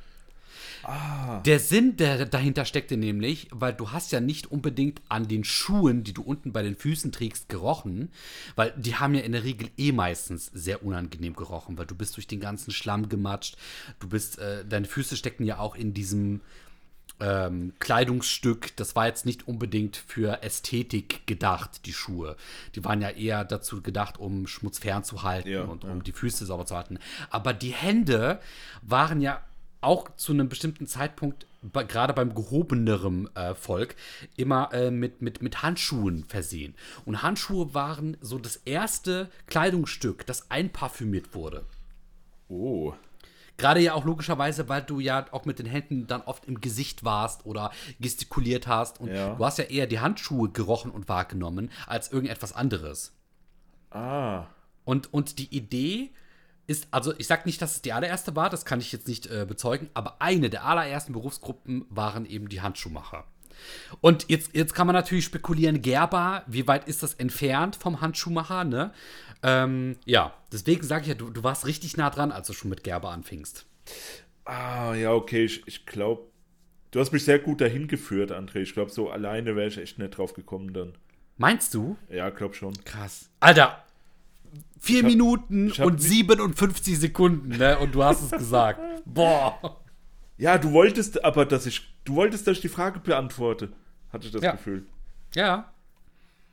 Speaker 2: Der Sinn, der dahinter steckte nämlich, weil du hast ja nicht unbedingt an den Schuhen, die du unten bei den Füßen trägst, gerochen, weil die haben ja in der Regel eh meistens sehr unangenehm gerochen, weil du bist durch den ganzen Schlamm gematscht, du bist, äh, deine Füße stecken ja auch in diesem ähm, Kleidungsstück, das war jetzt nicht unbedingt für Ästhetik gedacht, die Schuhe. Die waren ja eher dazu gedacht, um Schmutz fernzuhalten
Speaker 1: Ja,
Speaker 2: und
Speaker 1: ja.
Speaker 2: um die Füße sauber zu halten. Aber die Hände waren ja auch zu einem bestimmten Zeitpunkt, bei- gerade beim gehobenerem äh, Volk, immer äh, mit, mit, mit Handschuhen versehen. Und Handschuhe waren so das erste Kleidungsstück, das einparfümiert wurde.
Speaker 1: Oh.
Speaker 2: Gerade ja auch logischerweise, weil du ja auch mit den Händen dann oft im Gesicht warst oder gestikuliert hast. Und
Speaker 1: Ja.
Speaker 2: du hast ja eher die Handschuhe gerochen und wahrgenommen als irgendetwas anderes.
Speaker 1: Ah.
Speaker 2: Und, und die Idee ist, also ich sag nicht, dass es die allererste war, das kann ich jetzt nicht äh, bezeugen, aber eine der allerersten Berufsgruppen waren eben die Handschuhmacher. Und jetzt, jetzt kann man natürlich spekulieren, Gerber, wie weit ist das entfernt vom Handschuhmacher, ne? Ähm, ja, deswegen sage ich ja, du, du warst richtig nah dran, als du schon mit Gerber anfingst.
Speaker 1: Ah, ja, okay, ich, ich glaube. Du hast mich sehr gut dahin geführt, André. Ich glaube, so alleine wäre ich echt nicht drauf gekommen dann.
Speaker 2: Meinst du?
Speaker 1: Ja, glaub schon.
Speaker 2: Krass. Alter, vier Minuten
Speaker 1: ich hab
Speaker 2: und
Speaker 1: nicht-
Speaker 2: 57 Sekunden, ne? Und du hast es gesagt. Boah.
Speaker 1: Ja, du wolltest aber, dass ich. Du wolltest, dass ich die Frage beantworte, hatte ich das
Speaker 2: Ja.
Speaker 1: Gefühl.
Speaker 2: Ja.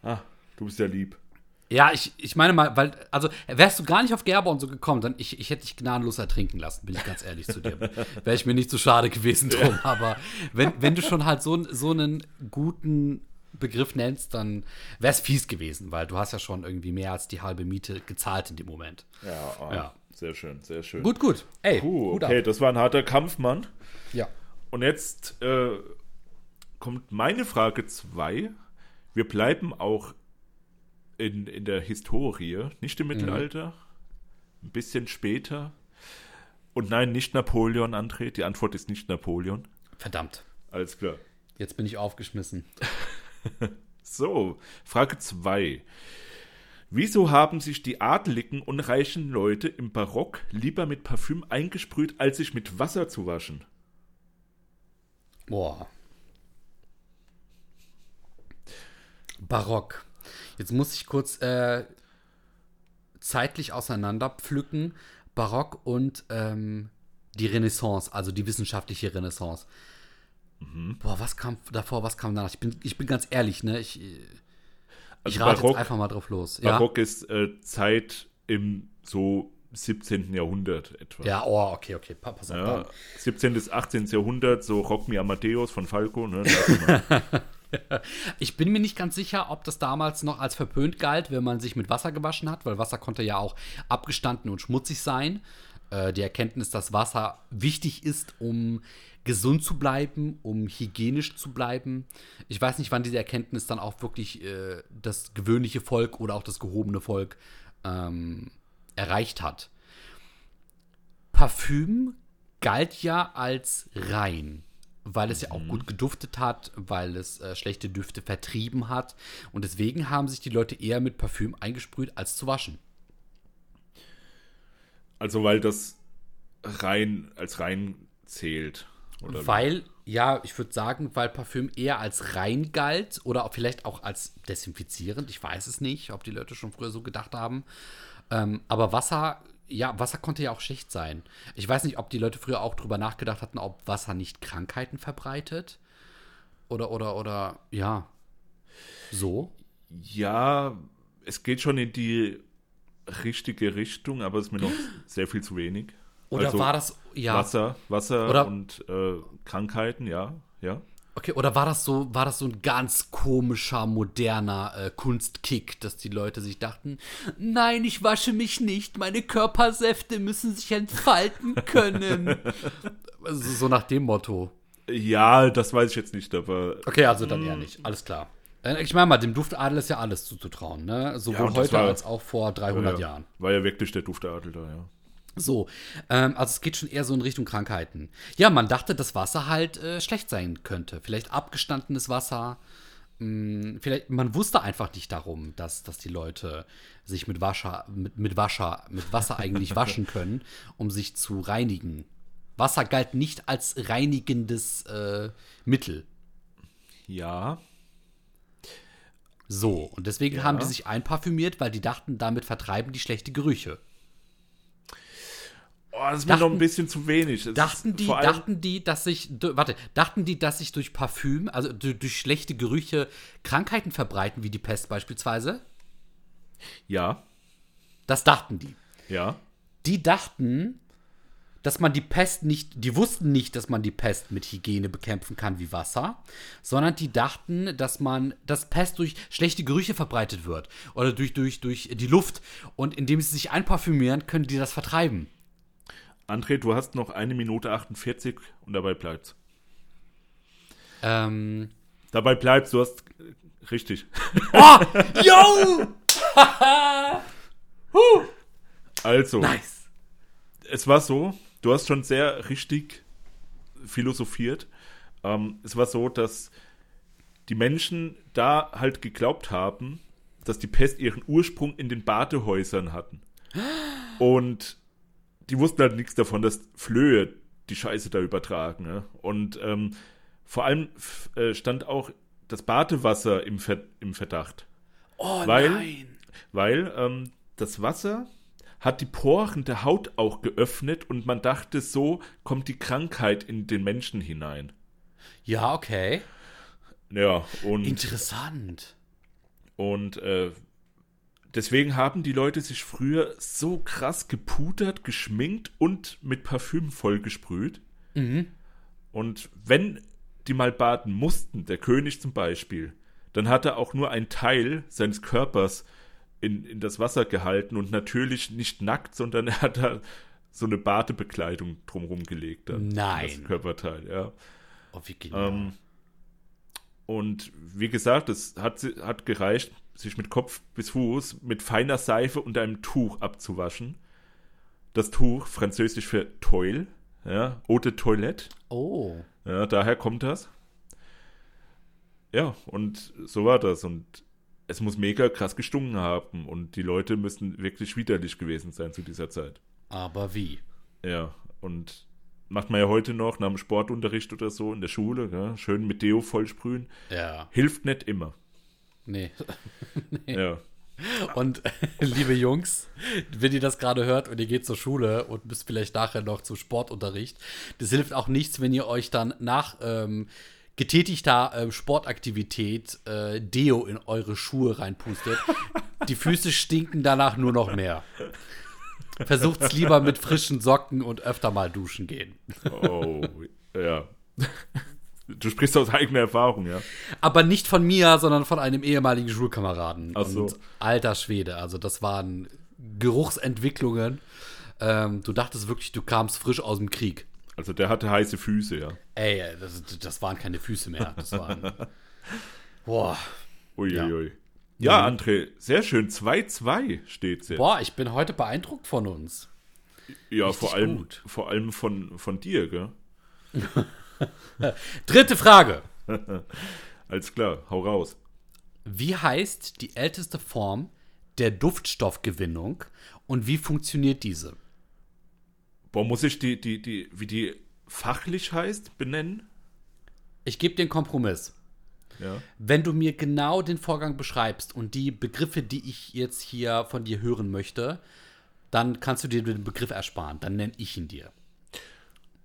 Speaker 1: Ah, du bist ja lieb.
Speaker 2: Ja, ich, ich meine mal, weil, also wärst du gar nicht auf Gerber und so gekommen, dann ich, ich hätte dich gnadenlos ertrinken lassen, bin ich ganz ehrlich zu dir. Wäre ich mir nicht zu schade gewesen drum, aber wenn, wenn du schon halt so, n- so einen guten Begriff nennst, dann wäre es fies gewesen, weil du hast ja schon irgendwie mehr als die halbe Miete gezahlt in dem Moment.
Speaker 1: Ja, ah,
Speaker 2: Ja.
Speaker 1: sehr schön, sehr schön.
Speaker 2: Gut, gut. Ey,
Speaker 1: Puh,
Speaker 2: gut
Speaker 1: okay, das war ein harter Kampf, Mann.
Speaker 2: ab. Ja.
Speaker 1: Und jetzt äh, kommt meine Frage 2. Wir bleiben auch in, in der Historie, nicht im Mittelalter, ein bisschen später. Und nein, nicht Napoleon, André. Die Antwort ist nicht Napoleon.
Speaker 2: Verdammt.
Speaker 1: Alles klar.
Speaker 2: Jetzt bin ich aufgeschmissen.
Speaker 1: So, Frage 2. Wieso haben sich die adeligen und reichen Leute im Barock lieber mit Parfüm eingesprüht, als sich mit Wasser zu waschen?
Speaker 2: Boah. Barock. Jetzt muss ich kurz äh, zeitlich auseinanderpflücken. Barock und ähm, die Renaissance, also die wissenschaftliche Renaissance. Boah, was kam davor, was kam danach? Ich bin, ich bin ganz ehrlich, ne? Ich,
Speaker 1: Also
Speaker 2: ich rate jetzt einfach mal drauf los. Ja?
Speaker 1: Barock ist äh, Zeit im so 17. Jahrhundert etwa.
Speaker 2: Ja, oh, okay, okay, pa- pass auf.
Speaker 1: Ja,
Speaker 2: dann.
Speaker 1: 17. bis 18. Jahrhundert, so Rock Me Amadeus von Falco. Ne? Da ist immer-
Speaker 2: Ich bin mir nicht ganz sicher, ob das damals noch als verpönt galt, wenn man sich mit Wasser gewaschen hat, weil Wasser konnte ja auch abgestanden und schmutzig sein. Äh, die Erkenntnis, dass Wasser wichtig ist, um gesund zu bleiben, um hygienisch zu bleiben. Ich weiß nicht, wann diese Erkenntnis dann auch wirklich äh, das gewöhnliche Volk oder auch das gehobene Volk ähm, erreicht hat. Parfüm galt ja als rein, weil es ja auch gut geduftet hat, weil es äh, schlechte Düfte vertrieben hat. Und deswegen haben sich die Leute eher mit Parfüm eingesprüht, als zu waschen.
Speaker 1: also weil das rein als rein zählt. Oder
Speaker 2: Weil, ja, ich würde sagen, weil Parfüm eher als rein galt oder auch vielleicht auch als desinfizierend. Ich weiß es nicht, ob die Leute schon früher so gedacht haben. Ähm, aber Wasser, ja, Wasser konnte ja auch schlecht sein. Ich weiß nicht, ob die Leute früher auch drüber nachgedacht hatten, ob Wasser nicht Krankheiten verbreitet. Oder, oder, oder, ja. So?
Speaker 1: ja, es geht schon in die richtige Richtung, aber es ist mir noch sehr viel zu wenig.
Speaker 2: Oder
Speaker 1: Also
Speaker 2: war das, ja.
Speaker 1: Wasser, Wasser
Speaker 2: Oder-
Speaker 1: und äh, Krankheiten, ja, ja.
Speaker 2: Okay, oder war das so, war das so ein ganz komischer, moderner äh, Kunstkick, dass die Leute sich dachten, nein, ich wasche mich nicht, meine Körpersäfte müssen sich entfalten können. also, so nach dem Motto.
Speaker 1: Ja, das weiß ich jetzt nicht, aber
Speaker 2: Okay, also dann eher nicht, alles klar. Äh, Ich meine mal, dem Duftadel ist ja alles zuzutrauen, ne?
Speaker 1: Ja,
Speaker 2: Sowohl
Speaker 1: und das
Speaker 2: heute
Speaker 1: war-
Speaker 2: als auch vor 300
Speaker 1: ja,
Speaker 2: Jahren.
Speaker 1: war ja wirklich der Duftadel da, ja.
Speaker 2: So, ähm, also es geht schon eher so in Richtung Krankheiten. Ja, man dachte, dass Wasser halt äh, schlecht sein könnte. Vielleicht abgestandenes Wasser. Mh, vielleicht, man wusste einfach nicht darum, dass, dass die Leute sich mit Wascher, mit, mit Wascher, mit Wasser eigentlich waschen können, um sich zu reinigen. Wasser galt nicht als reinigendes äh, Mittel.
Speaker 1: Ja,
Speaker 2: So, und deswegen
Speaker 1: Ja.
Speaker 2: haben die sich einparfümiert, weil die dachten, damit vertreiben die schlechte Gerüche.
Speaker 1: Oh, das ist mir
Speaker 2: Dachten-
Speaker 1: noch ein bisschen zu wenig. Es
Speaker 2: Dachten
Speaker 1: ist
Speaker 2: die,
Speaker 1: vor allem-
Speaker 2: dachten die, dass sich, d- warte, dachten die, dass sich durch Parfüm, also du- durch schlechte Gerüche Krankheiten verbreiten, wie die Pest beispielsweise?
Speaker 1: Ja,
Speaker 2: Das dachten die.
Speaker 1: ja.
Speaker 2: Die dachten, dass man die Pest nicht, die wussten nicht, dass man die Pest mit Hygiene bekämpfen kann wie Wasser, sondern die dachten, dass man, dass Pest durch schlechte Gerüche verbreitet wird oder durch, durch, durch die Luft. Und indem sie sich einparfümieren, können die das vertreiben.
Speaker 1: André, du hast noch eine Minute 48 und dabei bleibst.
Speaker 2: Ähm,
Speaker 1: Dabei bleibst, du hast. Richtig.
Speaker 2: oh, yo!
Speaker 1: Also,
Speaker 2: Nice.
Speaker 1: es war so, du hast schon sehr richtig philosophiert. Ähm, es war so, dass die Menschen da halt geglaubt haben, dass die Pest ihren Ursprung in den Badehäusern hatten. Und die wussten halt nichts davon, dass Flöhe die Scheiße da übertragen. Ne? Und ähm, vor allem f- äh, stand auch das Badewasser im, Ver im Verdacht.
Speaker 2: Oh
Speaker 1: Weil-
Speaker 2: nein.
Speaker 1: Weil ähm, das Wasser hat die Poren der Haut auch geöffnet und man dachte, so kommt die Krankheit in den Menschen hinein.
Speaker 2: Ja, okay.
Speaker 1: Ja, und,
Speaker 2: Interessant.
Speaker 1: und äh, deswegen haben die Leute sich früher so krass gepudert, geschminkt und mit Parfüm vollgesprüht.
Speaker 2: Mhm.
Speaker 1: Und wenn die mal baden mussten, der König zum Beispiel, dann hat er auch nur einen Teil seines Körpers in, in das Wasser gehalten und natürlich nicht nackt, sondern er hat da so eine Badebekleidung drumherum gelegt. Dann,
Speaker 2: Nein.
Speaker 1: Das Körperteil, ja.
Speaker 2: Oh, wie genial.
Speaker 1: Ähm, und wie gesagt, es hat, si- hat gereicht, sich mit Kopf bis Fuß mit feiner Seife und einem Tuch abzuwaschen. Das Tuch, französisch für Toil, ja, Eau de Toilette.
Speaker 2: oh.
Speaker 1: Ja, daher kommt das. Ja, und so war das. Und es muss mega krass gestungen haben. Und die Leute müssen wirklich widerlich gewesen sein zu dieser Zeit.
Speaker 2: Aber wie?
Speaker 1: Ja, und macht man ja heute noch nach dem Sportunterricht oder so in der Schule. Gell? Schön mit Deo vollsprühen.
Speaker 2: Ja.
Speaker 1: Hilft nicht immer.
Speaker 2: Nee.
Speaker 1: Ja.
Speaker 2: Und liebe Jungs, wenn ihr das gerade hört und ihr geht zur Schule und müsst vielleicht nachher noch zum Sportunterricht, das hilft auch nichts, wenn ihr euch dann nach ähm, getätigter ähm, Sportaktivität äh, Deo in eure Schuhe reinpustet. Die Füße stinken danach nur noch mehr. Versucht's lieber mit frischen Socken und öfter mal duschen gehen.
Speaker 1: Oh, ja. Du sprichst aus eigener Erfahrung, ja.
Speaker 2: Aber nicht von mir, sondern von einem ehemaligen Schulkameraden.
Speaker 1: Ach so.
Speaker 2: Und alter Schwede, also das waren Geruchsentwicklungen. Ähm, du dachtest wirklich, du kamst frisch aus dem Krieg.
Speaker 1: Also der hatte heiße Füße, ja.
Speaker 2: Ey, das, das waren keine Füße mehr. Das waren. boah.
Speaker 1: Uiuiui. Ja. Mhm. ja, André, sehr schön. 2-2 steht jetzt.
Speaker 2: Boah, ich bin heute beeindruckt von uns.
Speaker 1: ja,
Speaker 2: richtig
Speaker 1: vor allem,
Speaker 2: gut.
Speaker 1: vor allem von, von dir, gell?
Speaker 2: Dritte Frage.
Speaker 1: Alles klar, hau raus.
Speaker 2: Wie heißt die älteste Form der Duftstoffgewinnung und wie funktioniert diese?
Speaker 1: Boah, muss ich die, die, die, wie die fachlich heißt, benennen?
Speaker 2: Ich gebe dir einen Kompromiss.
Speaker 1: Ja.
Speaker 2: Wenn du mir genau den Vorgang beschreibst und die Begriffe, die ich jetzt hier von dir hören möchte, dann kannst du dir den Begriff ersparen. Dann nenne ich ihn dir.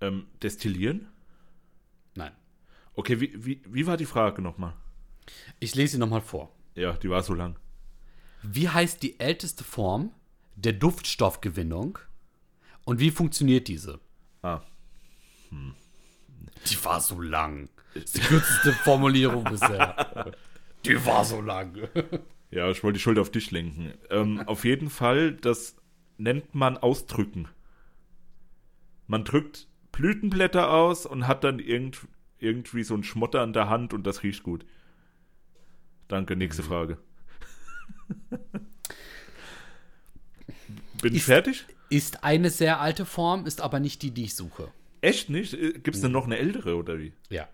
Speaker 1: Ähm, destillieren?
Speaker 2: Nein.
Speaker 1: Okay, wie, wie, wie war die Frage nochmal?
Speaker 2: Ich lese ihn nochmal vor.
Speaker 1: Ja, die war so lang.
Speaker 2: Wie heißt die älteste Form der Duftstoffgewinnung und wie funktioniert diese?
Speaker 1: Ah.
Speaker 2: Die war so lang. Das ist die kürzeste Formulierung bisher. Die war so lang.
Speaker 1: Ja, ich wollte die Schuld auf dich lenken. Ähm, auf jeden Fall, das nennt man Ausdrücken. Man drückt Blütenblätter aus und hat dann irgend, irgendwie so einen Schmotter an der Hand und das riecht gut. Danke, nächste Frage. Bin ich
Speaker 2: Ist-
Speaker 1: fertig?
Speaker 2: Ist eine sehr alte Form, ist aber nicht die, die ich suche.
Speaker 1: Echt nicht? Gibt es denn noch eine ältere oder wie?
Speaker 2: Ja.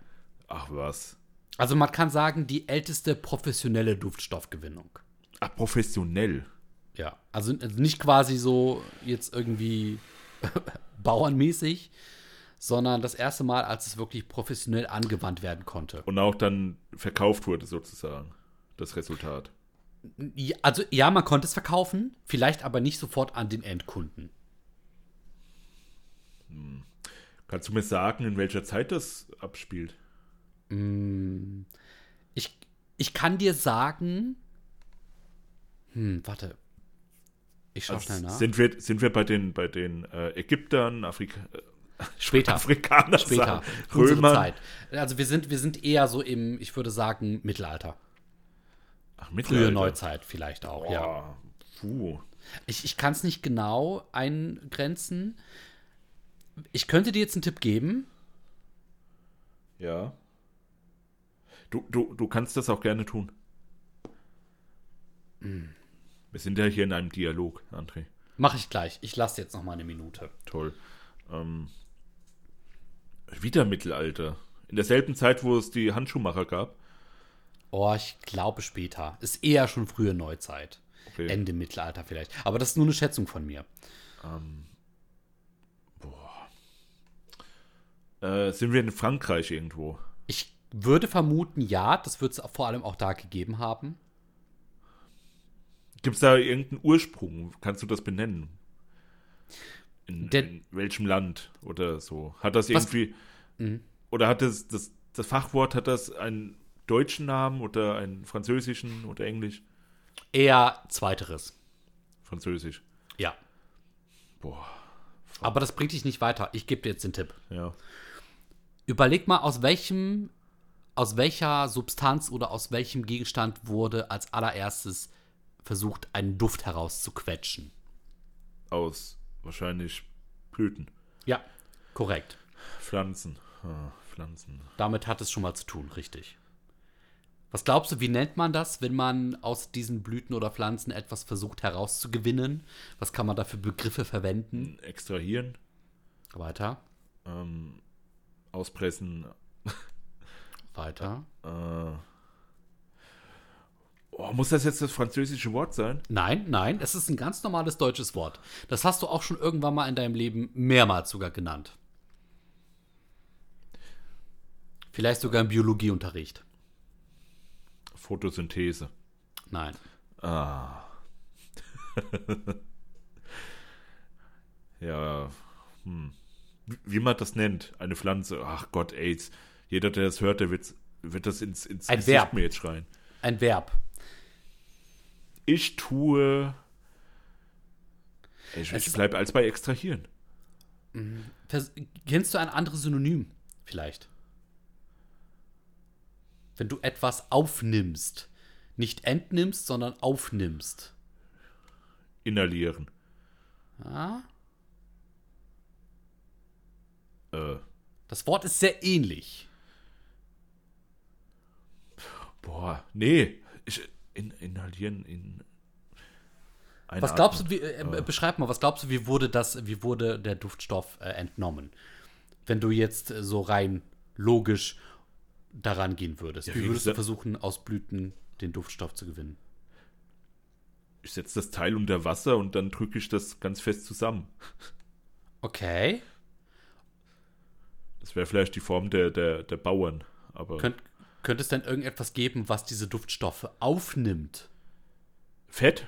Speaker 1: Ach was.
Speaker 2: Also man kann sagen, die älteste professionelle Duftstoffgewinnung.
Speaker 1: Ach, professionell.
Speaker 2: Ja. Also, also nicht quasi so jetzt irgendwie bauernmäßig, sondern das erste Mal, als es wirklich professionell angewandt werden konnte.
Speaker 1: Und auch dann verkauft wurde sozusagen das Resultat.
Speaker 2: Ja, also ja, man konnte es verkaufen, vielleicht aber nicht sofort an den Endkunden.
Speaker 1: Kannst du mir sagen, in welcher Zeit das abspielt?
Speaker 2: Ich, ich kann dir sagen. Hm, warte. Ich schau schnell nach.
Speaker 1: Also sind, wir, sind wir bei den, bei den äh, Ägyptern, Afrika, äh,
Speaker 2: Später.
Speaker 1: Afrikanern,
Speaker 2: Später. Unsere
Speaker 1: Römern?
Speaker 2: Zeit. Also wir sind, wir sind eher so im, ich würde sagen, Mittelalter.
Speaker 1: Ach,
Speaker 2: Frühe
Speaker 1: Mittelalter.
Speaker 2: Neuzeit vielleicht auch,
Speaker 1: Boah,
Speaker 2: ja.
Speaker 1: Puh.
Speaker 2: Ich, ich kann es nicht genau eingrenzen. Ich könnte dir jetzt einen Tipp geben.
Speaker 1: Ja. Du, du, du kannst das auch gerne tun.
Speaker 2: Hm.
Speaker 1: Wir sind ja hier in einem Dialog, André.
Speaker 2: Mache ich gleich. Ich lasse jetzt noch mal eine Minute.
Speaker 1: Toll. Ähm, wieder Mittelalter. In derselben Zeit, wo es die Handschuhmacher gab.
Speaker 2: Oh, ich glaube später. Ist eher schon frühe Neuzeit.
Speaker 1: Okay.
Speaker 2: Ende Mittelalter vielleicht. Aber das ist nur eine Schätzung von mir.
Speaker 1: Äh, sind wir in Frankreich irgendwo?
Speaker 2: Ich würde vermuten, ja, das wird es vor allem auch da gegeben haben.
Speaker 1: Gibt es da irgendeinen Ursprung? Kannst du das benennen? In,
Speaker 2: Der-
Speaker 1: in welchem Land oder so? Hat das
Speaker 2: Was- Mhm.
Speaker 1: irgendwie. Oder hat das, das, das Fachwort, hat das einen deutschen Namen oder einen französischen oder englisch?
Speaker 2: Eher zweiteres.
Speaker 1: Französisch.
Speaker 2: Ja.
Speaker 1: Boah,
Speaker 2: Aber das bringt dich nicht weiter. Ich gebe dir jetzt den Tipp.
Speaker 1: ja.
Speaker 2: Überleg mal, aus welchem, aus welcher Substanz oder aus welchem Gegenstand wurde als allererstes versucht, einen Duft herauszuquetschen.
Speaker 1: Aus wahrscheinlich Blüten.
Speaker 2: Ja, korrekt.
Speaker 1: Pflanzen. Ah, Pflanzen.
Speaker 2: Damit hat es schon mal zu tun, richtig. Was glaubst du, wie nennt man das, wenn man aus diesen Blüten oder Pflanzen etwas versucht herauszugewinnen? Was kann man da für Begriffe verwenden?
Speaker 1: Extrahieren,
Speaker 2: Weiter,
Speaker 1: ähm, auspressen.
Speaker 2: weiter.
Speaker 1: Äh. Oh, muss das jetzt das französische Wort sein?
Speaker 2: Nein, nein, es ist ein ganz normales deutsches Wort. Das hast du auch schon irgendwann mal in deinem Leben mehrmals sogar genannt. Vielleicht sogar im Biologieunterricht.
Speaker 1: Photosynthese.
Speaker 2: Nein.
Speaker 1: Ja, hm. Wie- wie man das nennt, eine Pflanze. Ach Gott, AIDS. Jeder, der das hört, der wird's, wird das ins, ins
Speaker 2: Ein Verb.
Speaker 1: mir jetzt schreien.
Speaker 2: Ein Verb.
Speaker 1: Ich tue Ich,
Speaker 2: Es
Speaker 1: ich
Speaker 2: ist-
Speaker 1: bleibe als bei extrahieren.
Speaker 2: Vers kennst du ein anderes Synonym vielleicht? Wenn du etwas aufnimmst. Nicht entnimmst, sondern aufnimmst.
Speaker 1: Inhalieren.
Speaker 2: Ja?
Speaker 1: Äh,
Speaker 2: Das Wort ist sehr ähnlich.
Speaker 1: boah, nee. Ich, in, inhalieren, in.
Speaker 2: Was glaubst du, wie, äh, äh, beschreib mal, was glaubst du, wie wurde das, wie wurde der Duftstoff äh, entnommen? Wenn du jetzt äh, so rein logisch daran gehen würdest.
Speaker 1: wie
Speaker 2: wie würdest du
Speaker 1: gesagt-
Speaker 2: versuchen, aus Blüten den Duftstoff zu gewinnen?
Speaker 1: Ich setze das Teil unter Wasser und dann drücke ich das ganz fest zusammen.
Speaker 2: Okay.
Speaker 1: Das wäre vielleicht die Form der, der, der Bauern. Aber
Speaker 2: Könnt, könnte es denn irgendetwas geben, was diese Duftstoffe aufnimmt?
Speaker 1: Fett?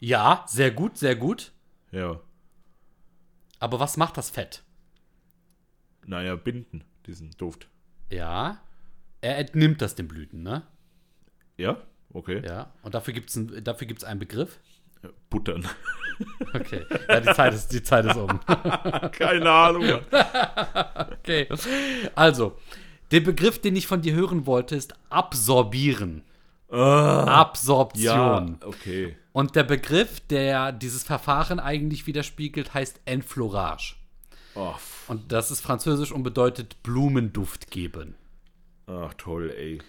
Speaker 2: Ja, sehr gut, sehr gut.
Speaker 1: Ja.
Speaker 2: Aber was macht das Fett?
Speaker 1: Naja, binden, diesen Duft.
Speaker 2: Ja. Er entnimmt das den Blüten, ne?
Speaker 1: Ja? Okay.
Speaker 2: Ja. Und dafür gibt es ein, dafür gibt's einen Begriff.
Speaker 1: Buttern.
Speaker 2: Okay. Ja, die Zeit ist, die Zeit ist um.
Speaker 1: Keine Ahnung.
Speaker 2: Okay. Also, der Begriff, den ich von dir hören wollte, ist absorbieren. Absorption.
Speaker 1: Ah. ja, okay.
Speaker 2: Und der Begriff, der dieses Verfahren eigentlich widerspiegelt, heißt Enflorage.
Speaker 1: Ach, f-
Speaker 2: Und das ist französisch und bedeutet Blumenduft geben.
Speaker 1: ach, toll, ey.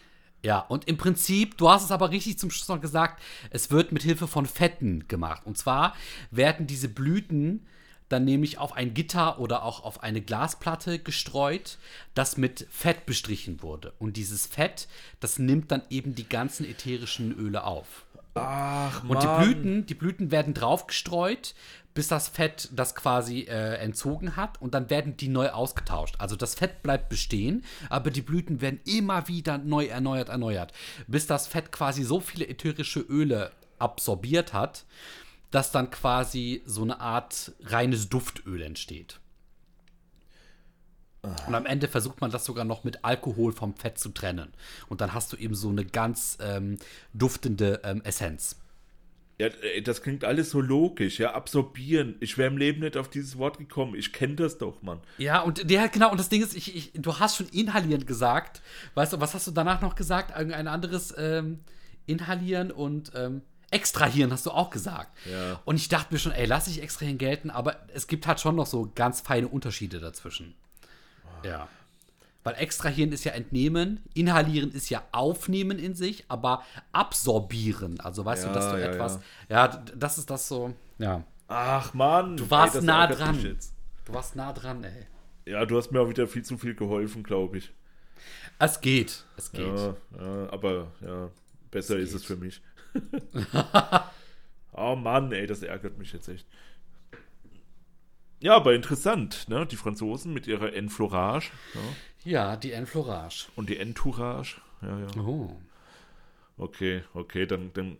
Speaker 2: Ja, und im Prinzip, du hast es aber richtig zum Schluss noch gesagt, es wird mit Hilfe von Fetten gemacht. Und zwar werden diese Blüten dann nämlich auf ein Gitter oder auch auf eine Glasplatte gestreut, das mit Fett bestrichen wurde. Und dieses Fett, das nimmt dann eben die ganzen ätherischen Öle auf.
Speaker 1: Ach,
Speaker 2: Und die Blüten, die Blüten werden draufgestreut, bis das Fett das quasi äh, entzogen hat und dann werden die neu ausgetauscht. Also das Fett bleibt bestehen, aber die Blüten werden immer wieder neu erneuert, erneuert, bis das Fett quasi so viele ätherische Öle absorbiert hat, dass dann quasi so eine Art reines Duftöl entsteht. Und am Ende versucht man das sogar noch mit Alkohol vom Fett zu trennen. Und dann hast du eben so eine ganz ähm, duftende ähm, Essenz.
Speaker 1: Ja, ey, das klingt alles so logisch, ja, absorbieren. Ich wäre im Leben nicht auf dieses Wort gekommen. Ich kenne das doch, Mann.
Speaker 2: Ja, und der hat genau, und das Ding ist, ich, ich, du hast schon inhalieren gesagt. Weißt du, was hast du danach noch gesagt? Irgendein anderes ähm, inhalieren und ähm, extrahieren hast du auch gesagt.
Speaker 1: Ja.
Speaker 2: Und ich dachte mir schon, ey, lass ich extrahieren gelten, aber es gibt halt schon noch so ganz feine Unterschiede dazwischen. Ja. Weil extrahieren ist ja entnehmen, inhalieren ist ja aufnehmen in sich, aber absorbieren, also weißt
Speaker 1: Ja,
Speaker 2: du, dass du
Speaker 1: ja,
Speaker 2: etwas, ja. d- das ist das so, ja.
Speaker 1: Ach, Mann.
Speaker 2: Du warst
Speaker 1: das
Speaker 2: nah
Speaker 1: ärgert
Speaker 2: dran.
Speaker 1: mich jetzt.
Speaker 2: Du warst nah dran, ey.
Speaker 1: Ja, du hast mir auch wieder viel zu viel geholfen, glaube ich.
Speaker 2: Es geht, es geht.
Speaker 1: Ja, ja, aber ja, besser ist es
Speaker 2: geht.
Speaker 1: für mich. oh Mann, ey, das ärgert mich jetzt echt. Ja, aber interessant, ne? Die Franzosen mit ihrer Enflorage ja,
Speaker 2: Ja, die Enflorage.
Speaker 1: und die Entourage. Ja, ja.
Speaker 2: Oh.
Speaker 1: Okay, okay, dann, dann